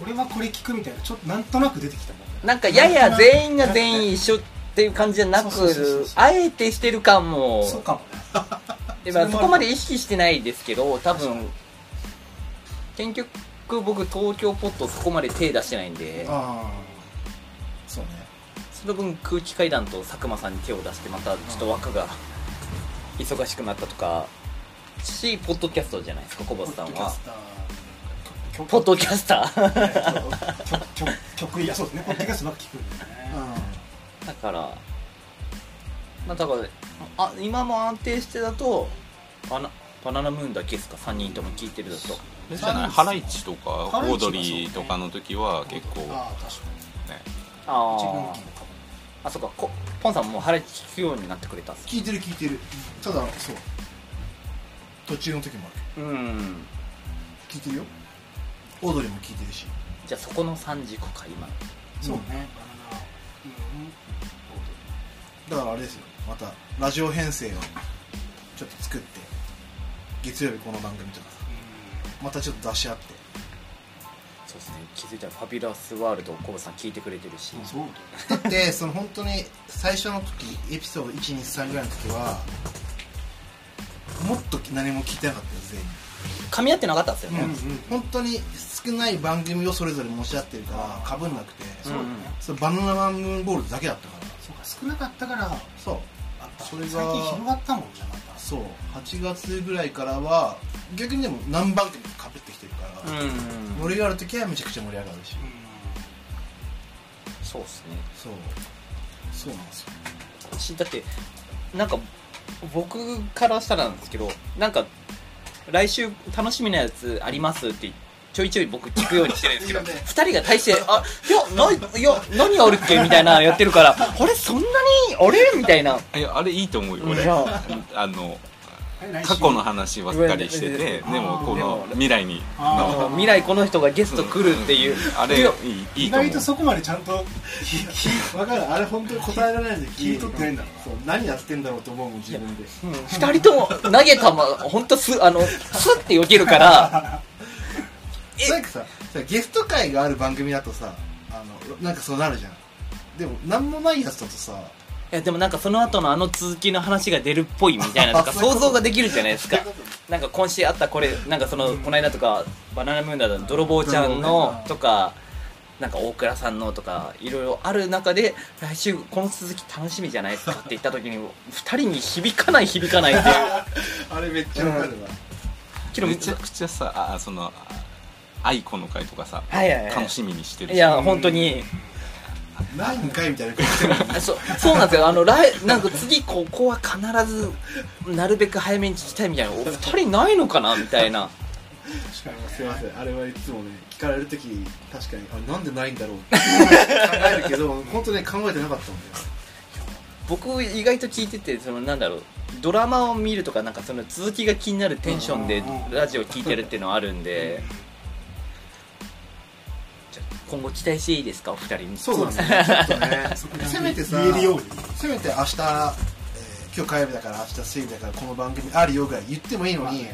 Speaker 3: 俺はこれ聞くみたいなちょっとなんとなく出てきたもんね
Speaker 1: なんかやや全員が全員一緒っていう感じじゃな
Speaker 3: そうそうそうそう
Speaker 1: くあえてしてる感も
Speaker 3: そうかもね
Speaker 1: でまあそこまで意識してないですけど多分結局僕東京ポットそこまで手出してないんで
Speaker 2: ああそうね
Speaker 1: その分空気階段と佐久間さんに手を出してまたちょっと枠が忙しくなったとかしポッドキャストじゃないですか小
Speaker 3: ポ
Speaker 1: ボ
Speaker 3: ッ
Speaker 1: スさ
Speaker 3: ド
Speaker 1: ん
Speaker 3: キャ
Speaker 1: は
Speaker 3: スター
Speaker 1: ポッドキャスター
Speaker 3: えっと曲曲曲いやそうですねポッドキャストばっか聞くんだよね
Speaker 1: だからまあだからあ今も安定してだとバナバナナムーンだけですか3人とも聞いてるだと
Speaker 4: あれじゃないハライチとかオ
Speaker 3: ハライチは
Speaker 4: ードリーとかの時は結構ね
Speaker 3: ああ確かに
Speaker 1: あ
Speaker 3: 自分
Speaker 1: ー
Speaker 3: 聞くかも
Speaker 1: あそっかこポンさんもハライチ聞くようになってくれたんです
Speaker 2: 聞いてる聞いてるただそう途中の時もある
Speaker 1: うん
Speaker 2: 聞いてるよオードリーも聞いてるし
Speaker 1: じゃあそこの3時か今の
Speaker 3: そうねバナナ
Speaker 2: だからあれですよまたラジオ編成をちょっと作って月曜日この番組とかさまたちょっと出し合って
Speaker 1: そうですね気づいたら「ファビュラスワールド」をコブさん聞いてくれてるし
Speaker 3: うんそうだよ
Speaker 2: だってその本当に最初の時エピソード123ぐらいの時はもっと何も聞いてなかったよ全員
Speaker 1: 噛み合ってなかったんですよね、
Speaker 3: うんうん
Speaker 2: 本当に少ない番組をそれぞれ持ち合ってるからかぶんなくて
Speaker 1: うんうん
Speaker 2: それバナナマンムーンゴールドだけだったから
Speaker 3: そうか少なかったから
Speaker 2: そう
Speaker 3: あった
Speaker 2: それが
Speaker 3: 最近広がったもんじゃなかった
Speaker 2: そう8月ぐらいからは逆にでも何番組もかぶってきてるから、
Speaker 1: うんうん
Speaker 2: 盛り上がる時はめちゃくちゃ盛り上がるし、
Speaker 1: そうですね
Speaker 2: そうそうなんですよ
Speaker 1: 私だってなんか僕からしたらなんですけどなんか来週楽しみなやつありますってちょいちょい僕聞くようにしてるんですけど
Speaker 2: いいよね
Speaker 1: 二人が大して「あいやないいや何あるっけ?」みたいなやってるから「あれそんなにあれ?」みたいない
Speaker 4: やあれいいと思うよ俺
Speaker 1: じゃあ
Speaker 4: あの過去の話ばっかりしててで
Speaker 1: うん
Speaker 4: もこの未来に
Speaker 3: あー
Speaker 1: あの未来この人がゲスト来るっていう、
Speaker 4: あれい
Speaker 1: いや
Speaker 4: いいい
Speaker 3: 意
Speaker 4: と思
Speaker 3: 外
Speaker 4: う
Speaker 3: とそこまでちゃんと
Speaker 2: 分かるあれ本当に答えられないんで聞
Speaker 3: 聞
Speaker 2: い
Speaker 3: い
Speaker 2: と
Speaker 3: と
Speaker 2: っ
Speaker 3: ってて
Speaker 2: な
Speaker 3: ないい
Speaker 2: ん
Speaker 3: ん
Speaker 2: だろう何や
Speaker 3: だろ
Speaker 2: ってんだろうと思うもん自分で
Speaker 1: 二人とも投げたま本当すあのスッて避けるからえ
Speaker 2: なんかささゲスト会がある番組だとさあのなんかそうなるじゃんでも何もないやつだとさ
Speaker 1: いやでもなんかその後のあの続きの話が出るっぽいみたいなのとか
Speaker 2: そういうこと
Speaker 1: 想像ができるじゃないですか
Speaker 2: そういうこ
Speaker 1: なんか今週あったこれなんかそのこの間とかバナナムーンだの泥棒ちゃんのとかなんか大倉さんのとかいろいろある中で来週この続き楽しみじゃないですかって言った時に2人に響かない響かない っていう
Speaker 2: あれめっちゃわかるわ、
Speaker 1: けど
Speaker 4: めちゃくちゃさあその愛子の会とかさ
Speaker 1: はいはいはい
Speaker 4: 楽しみにしてる
Speaker 1: いや本当に
Speaker 2: 何回みたいな感じで
Speaker 1: あ そうそうなんですよあの来なんか次ここは必ずなるべく早めに聞きたいみたいなお二人ないのかなみたいな
Speaker 3: 確かに
Speaker 2: すいませんあれはいつもね聞かれる時確かにあなんでないんだろうって考える けど本当ね考えてなかったんだよ
Speaker 1: 僕意外と聞いててそのなんだろうドラマを見るとかなんかその続きが気になるテンションで
Speaker 3: うんうんうん
Speaker 1: ラジオ聞いてるっていうのはあるんでじゃあ今後期待していいですかお二人に
Speaker 2: そうなんですよちょっとねせめてさ
Speaker 3: 言えるように
Speaker 2: せめて明日、えー今日火曜日だから明日水曜日だからこの番組あるよぐらい言ってもいいのに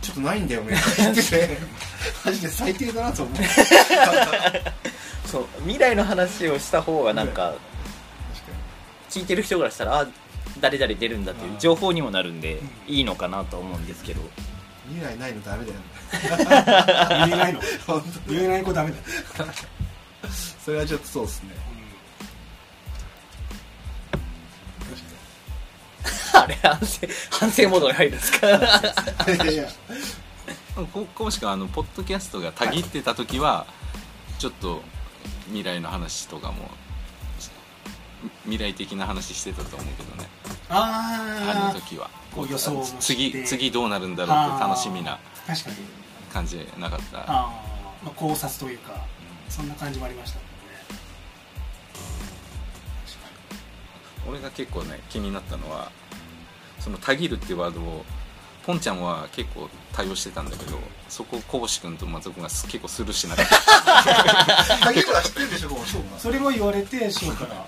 Speaker 2: ちょっとないんだ よねって言っててマジで最低だなと思う確かに
Speaker 1: そう未来の話をした方がなんか聞いてる人からしたらあ誰々出るんだっていう情報にもなるんでいいのかなと思うんですけど
Speaker 2: 未来ないのダメだよね
Speaker 3: 言えないの
Speaker 2: 本当
Speaker 3: 言えない子ダメだよ、
Speaker 2: それはちょっとそうですね
Speaker 1: あれ反省反省モードに入るんですか
Speaker 2: いやいや
Speaker 4: ここもしくはあのポッドキャストがたぎってた時は、ちょっと未来の話とかも未来的な話してたと思うけどねあ
Speaker 3: あ
Speaker 4: の時は
Speaker 3: こう予想をして
Speaker 4: 次次どうなるんだろうって楽しみな
Speaker 3: あ確かに
Speaker 4: 感じなかった
Speaker 3: あー、まあ、考察というかそんな感じもありましたもんね
Speaker 4: 俺が結構ね気になったのはその「たぎる」ってワードをポンちゃんは結構対応してたんだけどそこをこぼし君と松尾君がす結構スルーしてなかった
Speaker 2: 鍵とか知ってるでしょこうそうか
Speaker 3: それも言われてしようから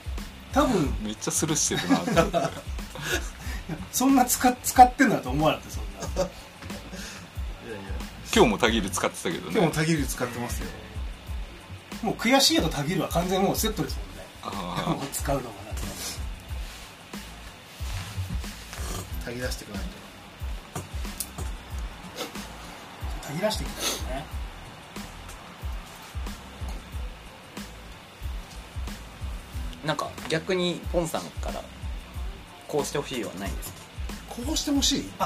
Speaker 3: 多分
Speaker 4: めっちゃスルーしてるなって思って
Speaker 3: そんな使使ってんだと思わなくてそんな
Speaker 4: 今日も「たぎる」使ってたけど
Speaker 2: 今日も
Speaker 4: ね
Speaker 2: たぎる使ってますよ
Speaker 3: もう悔しいやとたぎるは完全にもうセットですもんね
Speaker 4: あ
Speaker 3: もう使うのがなくな
Speaker 2: たぎ出してくない
Speaker 3: たぎらしてきたよね
Speaker 1: なんか逆にポンさんからこうしてほしいはないんですか
Speaker 2: とこうしてほしい
Speaker 3: あ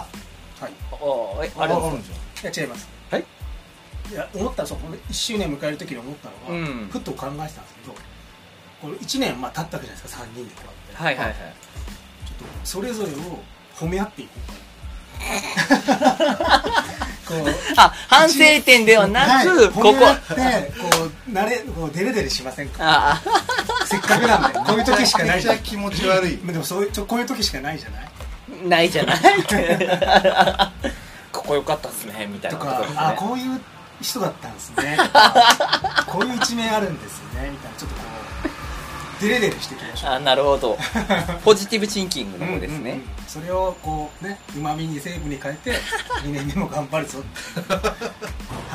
Speaker 3: はい
Speaker 1: ああえあれ
Speaker 2: あるんじゃん
Speaker 3: いや違います
Speaker 1: はい
Speaker 3: いや思ったらそうこれ1周年迎える時に思ったのが、
Speaker 1: うん
Speaker 3: ふっと考えてたんですけどこれ1年まあ経ったわけじゃないですか3人でこうやって
Speaker 1: はいはいはい
Speaker 3: ちょっとそれぞれを褒め合っていこうかなこう
Speaker 1: あ反省点ではなく、
Speaker 3: はい
Speaker 1: こ
Speaker 3: 褒
Speaker 1: こ
Speaker 3: め合ってこう慣れこうデレデレしませんか
Speaker 1: ああ
Speaker 3: せっかくなんでこういう時しかない
Speaker 2: め
Speaker 3: じ
Speaker 2: ち
Speaker 3: ゃ
Speaker 2: ゃ
Speaker 3: ん
Speaker 2: くちゃ気持ち悪い
Speaker 3: でもそういうちょこういう時しかないじゃない
Speaker 1: ないじゃない ここ良かったっすねみたい
Speaker 3: と
Speaker 1: な
Speaker 3: か
Speaker 1: ですね
Speaker 3: あこういう人だったんです ねとかこういう一面あるんですねみたいなちょっとこうデレデレしていきましょう
Speaker 1: あなるほどポジティブシンキングの方です
Speaker 3: うん
Speaker 1: ね
Speaker 3: うんうんそれをこうねうまみに成分に変えて2年目も頑張るぞって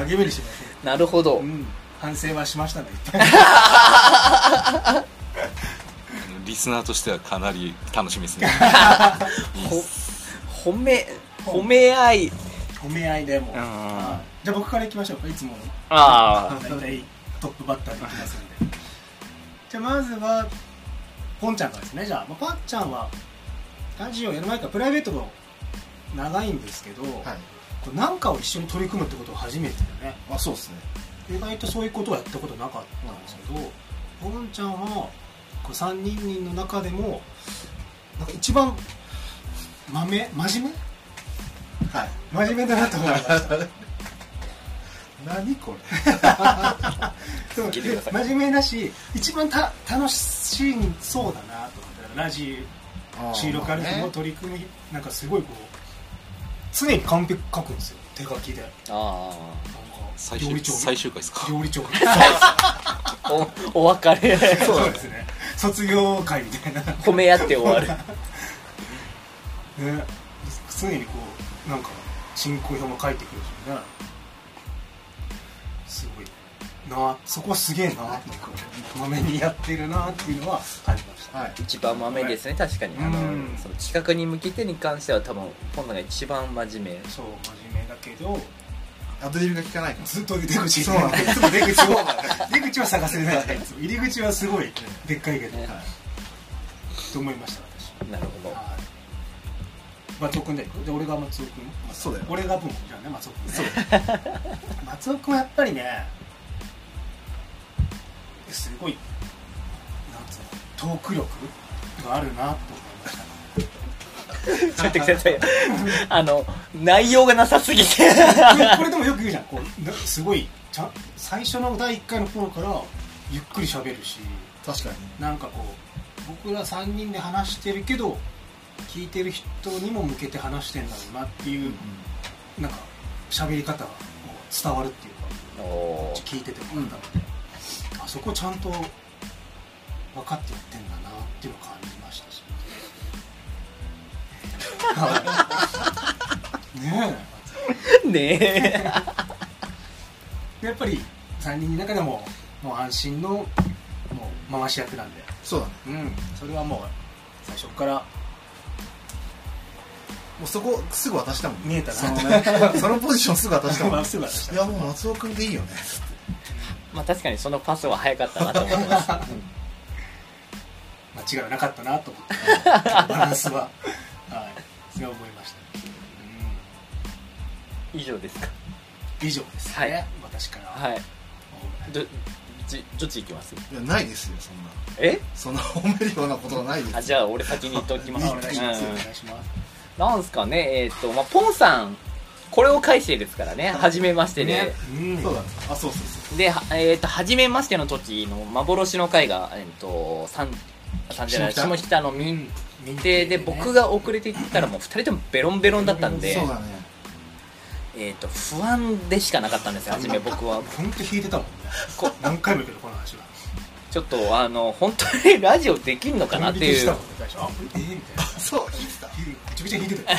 Speaker 3: 励みにしてます
Speaker 1: なるほど
Speaker 3: うん反省はし ましたねいっぱい
Speaker 4: ーリスナーとしてはかなり楽しみですね
Speaker 1: ほ褒め褒め合い
Speaker 3: 褒め合いでもう
Speaker 1: うん
Speaker 3: はいじゃあ僕からいきましょうかいつも
Speaker 1: あ
Speaker 3: 大体トップバッターでいきますんでじゃあまずはポンちゃんからですねじゃあ、まあ、パンちゃんはラジオやる前からプライベートも長いんですけど、
Speaker 2: はい
Speaker 3: こうなんかを一緒に取り組むってことを初めてだね
Speaker 2: あそうですね
Speaker 3: 意外とそういうことはやったことなかったんですけど、おんちゃんはこう3人の中でもなんか一番まめ真面
Speaker 2: はい
Speaker 3: 目真面目だなと思いました
Speaker 2: 何これ
Speaker 3: でも
Speaker 1: 聞いてください
Speaker 3: 真面目だし一番た楽しそうだなと思ってラジオ収録ある日の取り組み、なんかすごいこう常に完璧書くんですよ手書きでなんか
Speaker 1: あ
Speaker 4: 最
Speaker 3: 料
Speaker 4: 終
Speaker 3: 理長
Speaker 4: 最終回ですか
Speaker 3: 料 理長
Speaker 1: あおお別れ
Speaker 3: そうですね卒業会みたいな
Speaker 1: 褒め合って終わる
Speaker 3: ね常にこうなんか進行表も書いてくるしねすごいなそこはすげえなってまめにやってるなっていうのは感じ
Speaker 2: は
Speaker 3: ました、
Speaker 2: い
Speaker 1: 一番まめですね確かにあの
Speaker 3: うん
Speaker 1: その企画に向けてに関しては多分ポンナが一番真面目
Speaker 3: そう真面目だけど
Speaker 2: アドリブが効かないから
Speaker 3: ずっと出口
Speaker 2: そうなんです
Speaker 3: いつも出口を出口は探せないじゃないですか入り口はすごいでっかいけど、
Speaker 1: ね
Speaker 3: と思いました私
Speaker 1: なるほど
Speaker 3: はい松尾君でで俺が松尾君
Speaker 2: そうだよ
Speaker 3: 俺が分じゃあね松尾君ね 松尾君はやっぱりねすごいなんつうのトーク力があるなと思いました
Speaker 1: ちょっと待ってくださいよあの内容がなさすぎて
Speaker 3: こ れこれでもよく言うじゃんこうなすごいちゃん最初の第1回の頃からゆっくり喋るし
Speaker 2: 確かに
Speaker 3: なんかこう僕ら3人で話してるけど聞いてる人にも向けて話してんだろうなっていう、なんか喋り方がこう伝わるっていうか
Speaker 1: おおー
Speaker 3: 聞いてても改めて、あそこちゃんと分かってやってんだなっていうのを感じま したしはいねえ
Speaker 1: ねえ
Speaker 3: やっぱり3人の中でももう安心のもう回し役なんで、
Speaker 2: そうだね
Speaker 3: うん、それはもう最初から
Speaker 2: もうそこすぐ渡したもん
Speaker 3: 見えたな
Speaker 2: そのねそのポジションすぐ渡したもん
Speaker 3: まっ
Speaker 2: い
Speaker 3: すぐした
Speaker 2: やもう松尾君でいいよね
Speaker 1: まあ確かにそのパスは早かったなと思ってます
Speaker 3: 間違いなかったなと思ってバラン スははいそれは思いました、
Speaker 1: 以上ですか
Speaker 3: うん、以上ですね、
Speaker 1: はい
Speaker 3: 私からは、
Speaker 1: はいどじどっち行きます
Speaker 2: いやないですよそんな
Speaker 1: え
Speaker 2: そんな褒めるようなことはないです
Speaker 1: あじゃあ俺先に言っておきます
Speaker 3: あお願いします、
Speaker 1: うん
Speaker 3: お願いします
Speaker 1: なんすかねえっ、とまあポンさんこれを返してですからね初めましてで、
Speaker 3: ねうん
Speaker 2: そうだねあそうそうそう
Speaker 1: で、はえっ、と、初めましての時の幻の回が、えっ、と、三、三じゃない、
Speaker 2: 下北
Speaker 1: 下北の民
Speaker 3: 認
Speaker 1: 定
Speaker 3: 定
Speaker 1: で、僕が遅れていったらもう二人ともベロンベロンだったんで
Speaker 2: そう、だね
Speaker 1: えっ、と、不安でしかなかったんですよ、初め僕は。
Speaker 3: 本当引いてたもんね
Speaker 1: こ
Speaker 3: 何回も言うけどこの話は
Speaker 1: ちょっと、あの、本当に ラジオできんのかなって
Speaker 3: ドン引きし
Speaker 1: い
Speaker 3: た
Speaker 1: う
Speaker 3: もん、ね最初あえーみたいな
Speaker 2: そう聞いてた
Speaker 3: めちゃくちゃ引いてたよ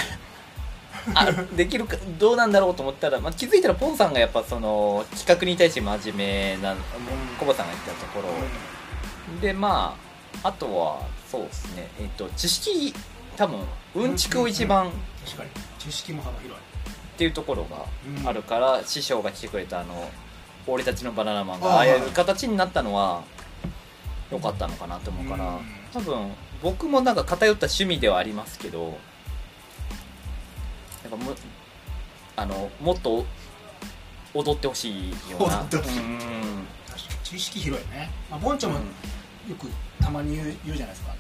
Speaker 1: あ、できるか、どうなんだろうと思ったら、まあ、気づいたらポンさんがやっぱその、企画に対して真面目な、コバさんが言ったところ、でまああとはそうですねえっ、と知識多分うんちくを一番っ
Speaker 3: 確かに知識も幅広い
Speaker 1: ていうところがあるから、師匠が来てくれたあの「俺たちのバナナマン」が
Speaker 2: あ
Speaker 1: あ
Speaker 2: あ
Speaker 1: あいう形になったのは良かったのかなと思うから、
Speaker 3: うん
Speaker 1: 多分僕もなんか偏った趣味ではありますけどなんかむあのもっと踊ってほしいような
Speaker 2: 踊ってほしい
Speaker 1: うん
Speaker 3: 確かに知識広いね、まあ、ボンちゃんもよくたまに言う言うじゃないですか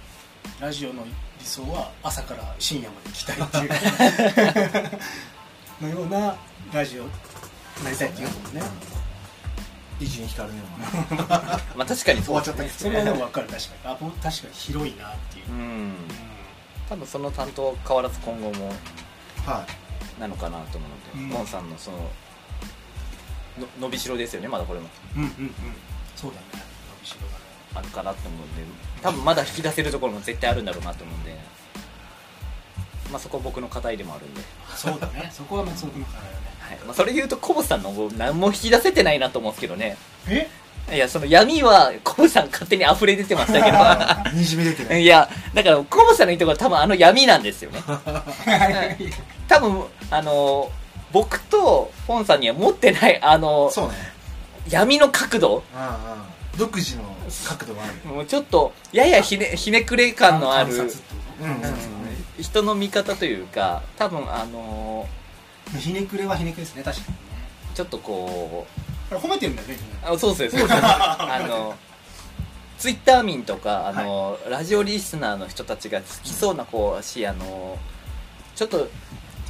Speaker 3: ラジオの理想は朝から深夜まで聞きたいっていう のようなラジオになりたいっていうもんね
Speaker 2: 偉人光るねお前
Speaker 1: まあ確かに
Speaker 2: 終
Speaker 1: そ
Speaker 2: わ
Speaker 1: う
Speaker 2: っちゃったけど
Speaker 3: それはでも分かる確かにあボン確かに広いなっていう、
Speaker 1: う
Speaker 3: うん
Speaker 1: ん多分その担当変わらず今後も
Speaker 2: は
Speaker 1: なのかなと思うので、
Speaker 3: うん
Speaker 1: モンさんのそのの伸びしろですよねまだこれも
Speaker 3: うんうんうんそうだね伸びしろがね
Speaker 1: あるかなと思うんで多分まだ引き出せるところも絶対あるんだろうなと思うんでまあそこ僕の課題でもあるんで、
Speaker 3: そうだね そこは松尾君の課題だね
Speaker 1: はいまあ、それで言うとコボさんの方何も引き出せてないなと思うんですけどね
Speaker 3: え
Speaker 1: いやその闇はコボさん勝手に溢れ出てましたけ
Speaker 2: いにじみ出て
Speaker 1: ど
Speaker 2: る
Speaker 1: いやだからコボさんのいいところは多分あの闇なんですよね多分あの僕とフォンさんには持ってないあの
Speaker 2: そうね
Speaker 1: 闇の角度
Speaker 2: うんうん独自の角度がある
Speaker 1: もうちょっとややひねひねくれ感のある
Speaker 3: 観察ってこと
Speaker 2: うんうんうん
Speaker 1: 人の見方というか多分あの
Speaker 3: ひねくれはひねくれですね確かにね
Speaker 1: ーちょっとこう
Speaker 3: れ褒めてるんだよねみんな
Speaker 1: あそうですねそうですねあのツイッター民とかあの、ラジオリスナーの人たちが好きそうな子だしあのちょっと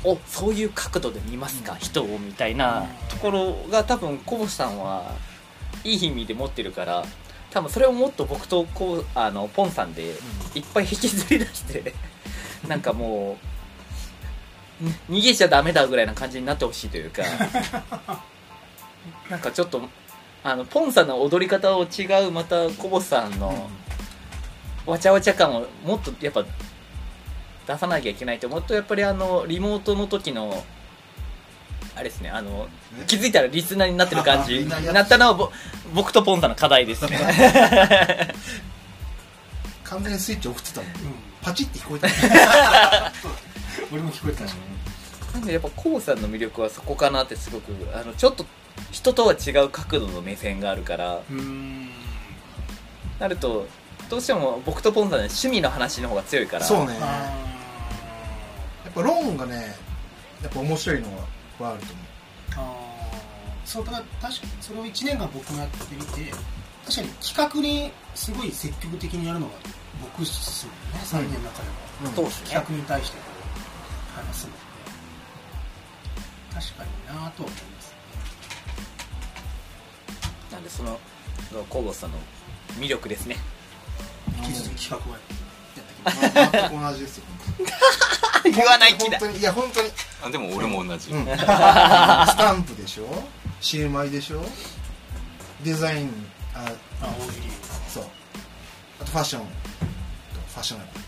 Speaker 1: おそういう角度で見ますか、人をみたいなところが多分コボさんはいい意味で持ってるから多分それをもっと僕とこうあのポンさんでいっぱい引きずり出して、 なんかもうね逃げちゃダメだぐらいな感じになってほしいという かなんかちょっとあのポンさんの踊り方を違うまたコボさんのわちゃわちゃ感をもっとやっぱ出さなきゃいけないと思うとやっぱりあのリモートの時のあれですねあの気づいたらリスナーになってる感じ
Speaker 2: みんなやっ
Speaker 1: になったのはぼ僕とポンさんの課題ですね
Speaker 2: 完全にスイッチ送ってたもん
Speaker 3: うん
Speaker 2: パチって聞こえたもん
Speaker 3: 俺も聞こえてたし
Speaker 1: なんでやっぱコウさんの魅力はそこかなってすごくあのちょっと人とは違う角度の目線があるから
Speaker 3: うーん
Speaker 1: なるとどうしても僕とポンさんの趣味の話の方が強いから
Speaker 2: そうねや
Speaker 3: あ
Speaker 2: っぱローンがねやっぱ面白いのはあると思
Speaker 3: ーあーそうだから確かにそれを1年間僕もやってみて確かに企画にすごい積極的にやるのが僕っすよね3年の中で
Speaker 2: う、
Speaker 3: も、
Speaker 2: うん
Speaker 1: そうですね
Speaker 3: 企画に対してこう話すのって確かになぁとは思います
Speaker 1: なんでそのコウさんの魅力ですね
Speaker 3: 引き続き企画をやっていきま
Speaker 2: 全く同じですよ
Speaker 1: 言わない気
Speaker 2: 本
Speaker 1: だ
Speaker 2: 当にいや本当に、
Speaker 4: あでも俺も同じ、
Speaker 2: う ん、スタンプでしょ CMI でしょデザインあ
Speaker 3: すあ大喜利
Speaker 2: そうあとファッションファッションアイコン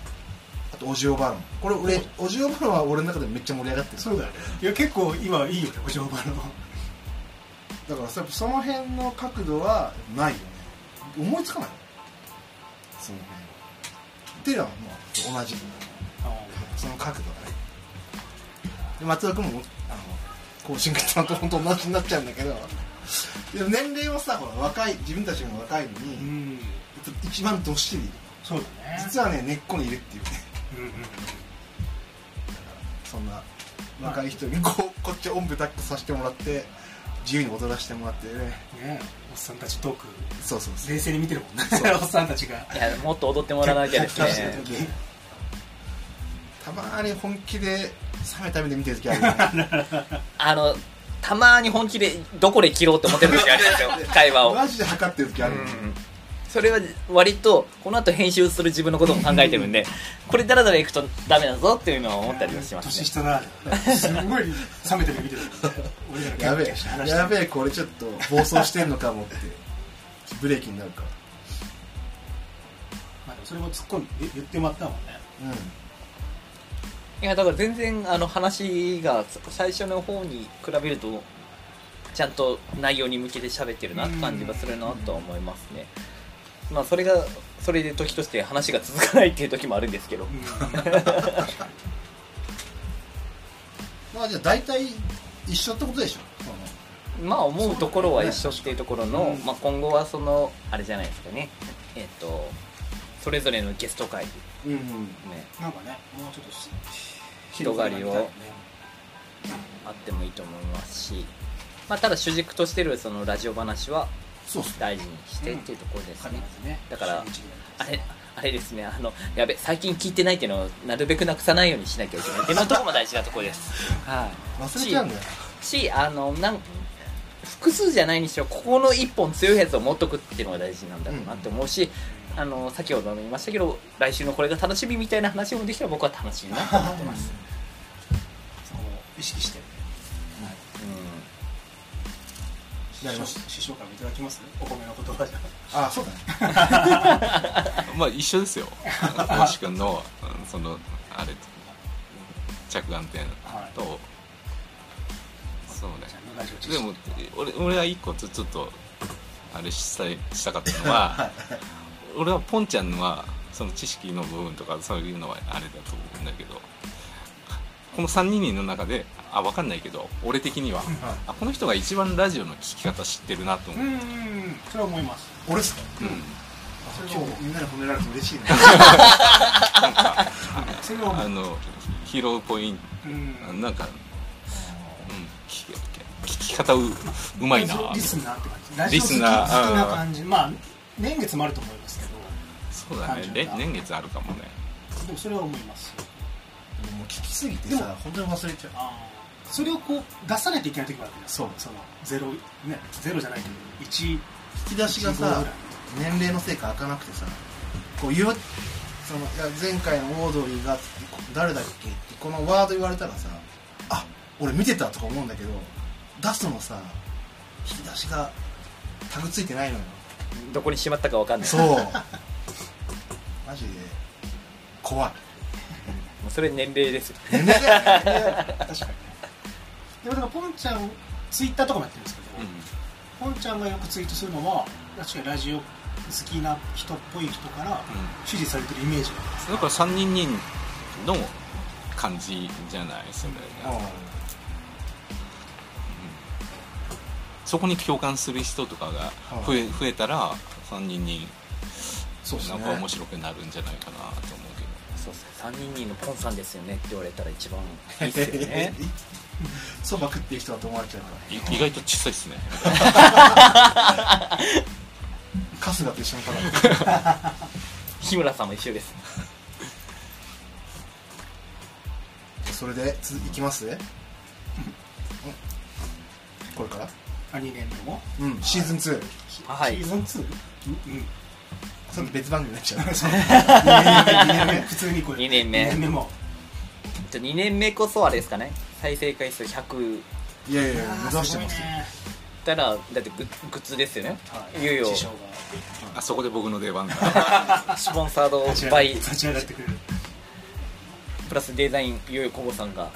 Speaker 2: あとオジオバロンこれ俺オジオバロンは俺の中でめっちゃ盛り上がってる
Speaker 3: そうだよねいや結構今いいよねお嬢場の
Speaker 2: だからさその辺の角度はないよね思いつかないその辺っていうのはもう同じその角度がねで松田君もあのコーチングさんと本当同じになっちゃうんだけどでも年齢はさほら若い自分たちの方が若いの
Speaker 3: う
Speaker 2: に
Speaker 3: ん
Speaker 2: 一番どっしり
Speaker 3: そうだね
Speaker 2: 実はね根っこにいるっていうね
Speaker 3: うんうんうん
Speaker 2: そんな若い人にこうこっちをおんぶ抱っこさせてもらって自由に踊らせてもらってね
Speaker 3: ねおっさんたちトーク
Speaker 2: そうそうそう
Speaker 3: 冷静に見てるもんね
Speaker 2: そう
Speaker 3: おっさんたちが
Speaker 1: いやもっと踊ってもらわなきゃです
Speaker 3: 楽しい
Speaker 1: ね
Speaker 3: 時に
Speaker 2: たまーに本気で冷めた目で見てる時ある よね
Speaker 1: あのたまに本気でどこで切ろうと思ってる時ありますよ会話 を
Speaker 2: マジで測ってる時あるよね
Speaker 1: それは割とこの後編集する自分のことも考えてるんでこれダラダラいくとダメだぞっていうのは思ったりはします
Speaker 3: 年
Speaker 1: ね
Speaker 3: 下ならすごい冷めてるの見てるもんね俺ら
Speaker 2: や
Speaker 3: がキャ
Speaker 2: べ
Speaker 3: ッキャして
Speaker 2: え
Speaker 3: 話して
Speaker 2: やべえこれちょっと暴走してんのかもってブレーキになるから
Speaker 3: まあでもそれも突っ込んで言ってもらったもんね
Speaker 2: う
Speaker 1: いやだから全然あの話が最初の方に比べるとちゃんと内容に向けて喋ってるなって感じがするなとは思いますねまあそれがそれで時として話が続かないっていう時もあるんですけど
Speaker 3: うん
Speaker 2: んまあじゃあ大体一緒ってことでしょその
Speaker 1: まあ思うところは一緒っていうところの、まあ、今後はそのあれじゃないですかねえっ、とそれぞれのゲスト会ね
Speaker 2: うんうん
Speaker 3: なんかねもうちょっとし
Speaker 1: 広がりを
Speaker 3: 広が
Speaker 1: あってもいいと思いますし、まあ、ただ主軸としてるそのラジオ話は
Speaker 2: そうっす
Speaker 1: 大事にしてっていうところですね、
Speaker 3: りたいね
Speaker 1: だから
Speaker 3: 必ずね
Speaker 1: あれあれですねあのやべ最近聞いてないっていうのをなるべくなくさないようにしなきゃいけないっていうのとこも大事なところですは
Speaker 2: 忘れちゃうんだよ
Speaker 1: いしあのなん複数じゃないにしろここの一本強いやつを持っとくっていうのが大事なんだろうなって思うし、あの先ほども言いましたけど来週のこれが楽しみみたいな話もできたら僕は楽しいなと思ってます、
Speaker 3: そこを意識して
Speaker 1: う
Speaker 2: やりまし
Speaker 3: 師匠師匠からもいただきますお米の言葉じゃ
Speaker 2: ああそうだね
Speaker 4: まあ一緒ですよ大志くんのうんそのあれ着眼点
Speaker 3: はい
Speaker 4: と、そうね
Speaker 3: じゃあラジオ知識
Speaker 4: でも俺俺は一個ちょちょっとあれしたいしたかったのは、俺はポンちゃんのはその知識の部分とかそういうのはあれだと思うんだけどこの3人の中であ分かんないけど俺的には、あこの人が一番ラジオの聞き方知ってるなと
Speaker 3: う
Speaker 4: 思う、
Speaker 3: んうんうんそれは思います
Speaker 2: 俺っすか
Speaker 4: うん
Speaker 2: 今日みんなに褒められて嬉しいね
Speaker 3: それは思
Speaker 4: あ
Speaker 3: う
Speaker 4: の拾うポイン
Speaker 3: うん
Speaker 4: トなんか、うん、聞き聞きき方ううまいな
Speaker 3: リスナーって感じラジオ
Speaker 4: リ
Speaker 3: 好
Speaker 4: ス
Speaker 3: き
Speaker 4: ナー
Speaker 3: 好きな感じまあ年月もあると思いますけど
Speaker 4: そうだねれ年月あるかもね
Speaker 3: でもそれは思います
Speaker 2: もう聞きすぎて
Speaker 3: でも
Speaker 2: さ本当に忘れちゃう
Speaker 3: あーそれをこう出さなきゃいけない時もあるけどそうそのゼロねゼロじゃないけど1
Speaker 2: 引き出しが
Speaker 3: 15ぐら
Speaker 2: さ
Speaker 3: い
Speaker 2: 年齢のせいか開かなくてさこう言うそのいや前回のオードリーが誰だっけってこのワード言われたらさあ俺見てたとか思うんだけど出すのさ引き出しがタグついてないのよ
Speaker 1: どこにしまったかわかんない
Speaker 2: そうマジで怖い
Speaker 1: もうそれ年齢ですよ
Speaker 2: 年齢だよね
Speaker 3: 確かにねでもだからポンちゃんツイッターとかもやってるんですけど、
Speaker 4: う
Speaker 3: ポンちゃんがよくツイートするのは確かにラジオ好きな人っぽい人から
Speaker 4: んうん
Speaker 3: 支持されてるイメージがあります
Speaker 4: だから3人人の感じじゃないそれ、ねそこに共感する人とかが増え,、増えたら3人人
Speaker 2: そうです
Speaker 4: な
Speaker 2: ね
Speaker 4: んか面白くなるんじゃないかなと思うけど
Speaker 1: そうっす3人にのポンさんですよねって言われたら一番いいっすよね
Speaker 2: そば食ってる人だと思われちゃうから
Speaker 4: い意外と小さいですね
Speaker 2: 春日と一緒に食べる
Speaker 1: 日村さんも一緒です
Speaker 2: それでついきますうんこれから
Speaker 3: アニメのも
Speaker 2: うんシーズン2
Speaker 1: はい
Speaker 3: シーズン 2? うん
Speaker 2: それと別番組になっちゃう
Speaker 3: 2年目普通にこれ
Speaker 1: 二年目
Speaker 3: 二年目も
Speaker 1: じゃ2年目こそあれですかね再生回数100いっ
Speaker 2: いやいやいや
Speaker 3: あ
Speaker 2: 目
Speaker 3: ー
Speaker 2: 指してますよ
Speaker 3: ね
Speaker 1: たらだってググッズですよね
Speaker 3: はい
Speaker 1: いよいよ
Speaker 3: 師匠
Speaker 4: あそこで僕の出番だ
Speaker 1: スポンサード
Speaker 3: が立ち上が
Speaker 1: バイ
Speaker 3: 立ち上がってくれる
Speaker 1: プラスデザインいよいよコボさんが
Speaker 3: はい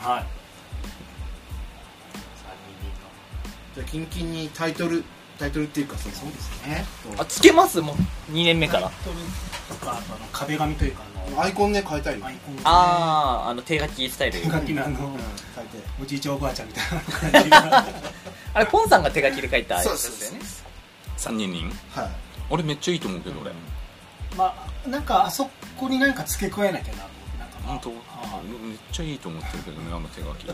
Speaker 2: じゃあキンキンにタイトルタイトルっていうかそのそうですね
Speaker 1: あつけますもう2年目
Speaker 3: だ
Speaker 1: か
Speaker 3: から
Speaker 1: ら
Speaker 3: タイトルとかあとあの壁紙というかあの
Speaker 2: アイコンね変えたいよ
Speaker 3: アイコンをね
Speaker 1: あああの手書きスタイル
Speaker 3: 手書きのあの
Speaker 2: うん変えて
Speaker 3: おじいちゃんおばあちゃんみたいな感じが
Speaker 1: あれポンさんが手書きで書いたやつですよね
Speaker 4: 3人人
Speaker 2: はい
Speaker 4: 俺めっちゃいいと思うけど俺
Speaker 3: まあなんかあそこになんか付け加えなきゃなと思ってなんかまあ
Speaker 4: 本当
Speaker 3: あ
Speaker 4: めっちゃいいと思ってるけどねあの手書き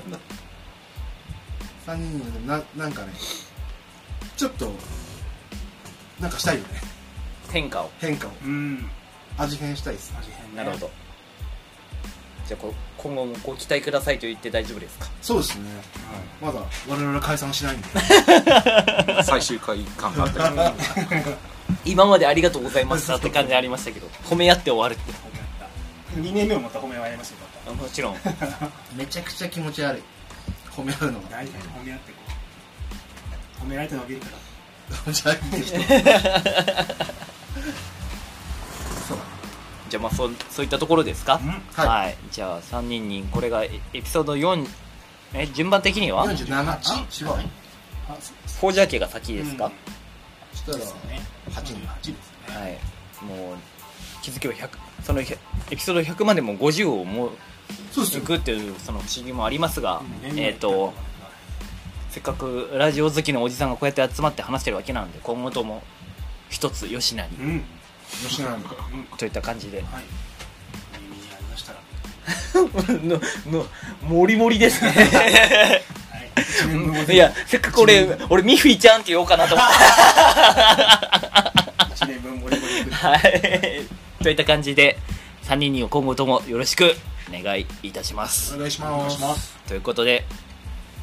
Speaker 2: 3人のでもななんかねちょっとなんかしたいよね
Speaker 1: 変化を
Speaker 2: 変化を
Speaker 3: うん
Speaker 2: 味変したいです
Speaker 3: 味変ね
Speaker 1: なるほどじゃあこ今後もご期待くださいと言って大丈夫ですか
Speaker 2: そうですねまだ我々は解散しないんで
Speaker 4: 最終回感があったけど
Speaker 1: 今までありがとうございましたって感じありましたけど褒め合って終わるって
Speaker 3: 褒め合った2年目もまた褒め合いますよま
Speaker 1: あもちろん
Speaker 2: めちゃくちゃ気持ち悪い褒め合うのが
Speaker 3: た 大体褒め合ってこう褒められて伸びるから
Speaker 2: 気持ち悪いって人そうだね
Speaker 1: じゃあまあそそういったところですか、
Speaker 2: はい
Speaker 1: じゃあ3人にこれがエエピソード4え順番的には
Speaker 2: 47あ違う
Speaker 3: あそう
Speaker 1: フォージャー家が先ですか、
Speaker 2: そしたら
Speaker 3: ですね
Speaker 2: 8人
Speaker 3: 八ですね
Speaker 1: はいもう気づけば100その100エピソード100までも50をもう
Speaker 2: そうです
Speaker 1: い
Speaker 2: よ
Speaker 1: くっていうその不思議もありますが、
Speaker 3: うん
Speaker 1: えっ、とせっかくラジオ好きのおじさんがこうやって集まって話してるわけなんで今後とも一つよしなに
Speaker 3: うんうん
Speaker 2: 吉永の
Speaker 1: といった感じで
Speaker 3: はい耳にありましたら
Speaker 1: ののもりもりですね
Speaker 3: はい一年分
Speaker 1: いやせっかく俺俺ミフィちゃんって言おうかなと思って
Speaker 3: 一年分もりもりくる
Speaker 1: はい。といった感じで、3人にを今後ともよろしくお願いいたします
Speaker 2: お。願いし
Speaker 3: お願
Speaker 2: ま
Speaker 3: い
Speaker 2: す
Speaker 3: します
Speaker 1: ということで、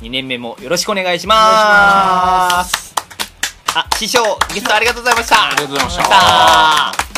Speaker 1: 2年目もよろしくお願いします。あ、師匠、ゲストありがとうございました。あ
Speaker 4: りがとうございました
Speaker 1: た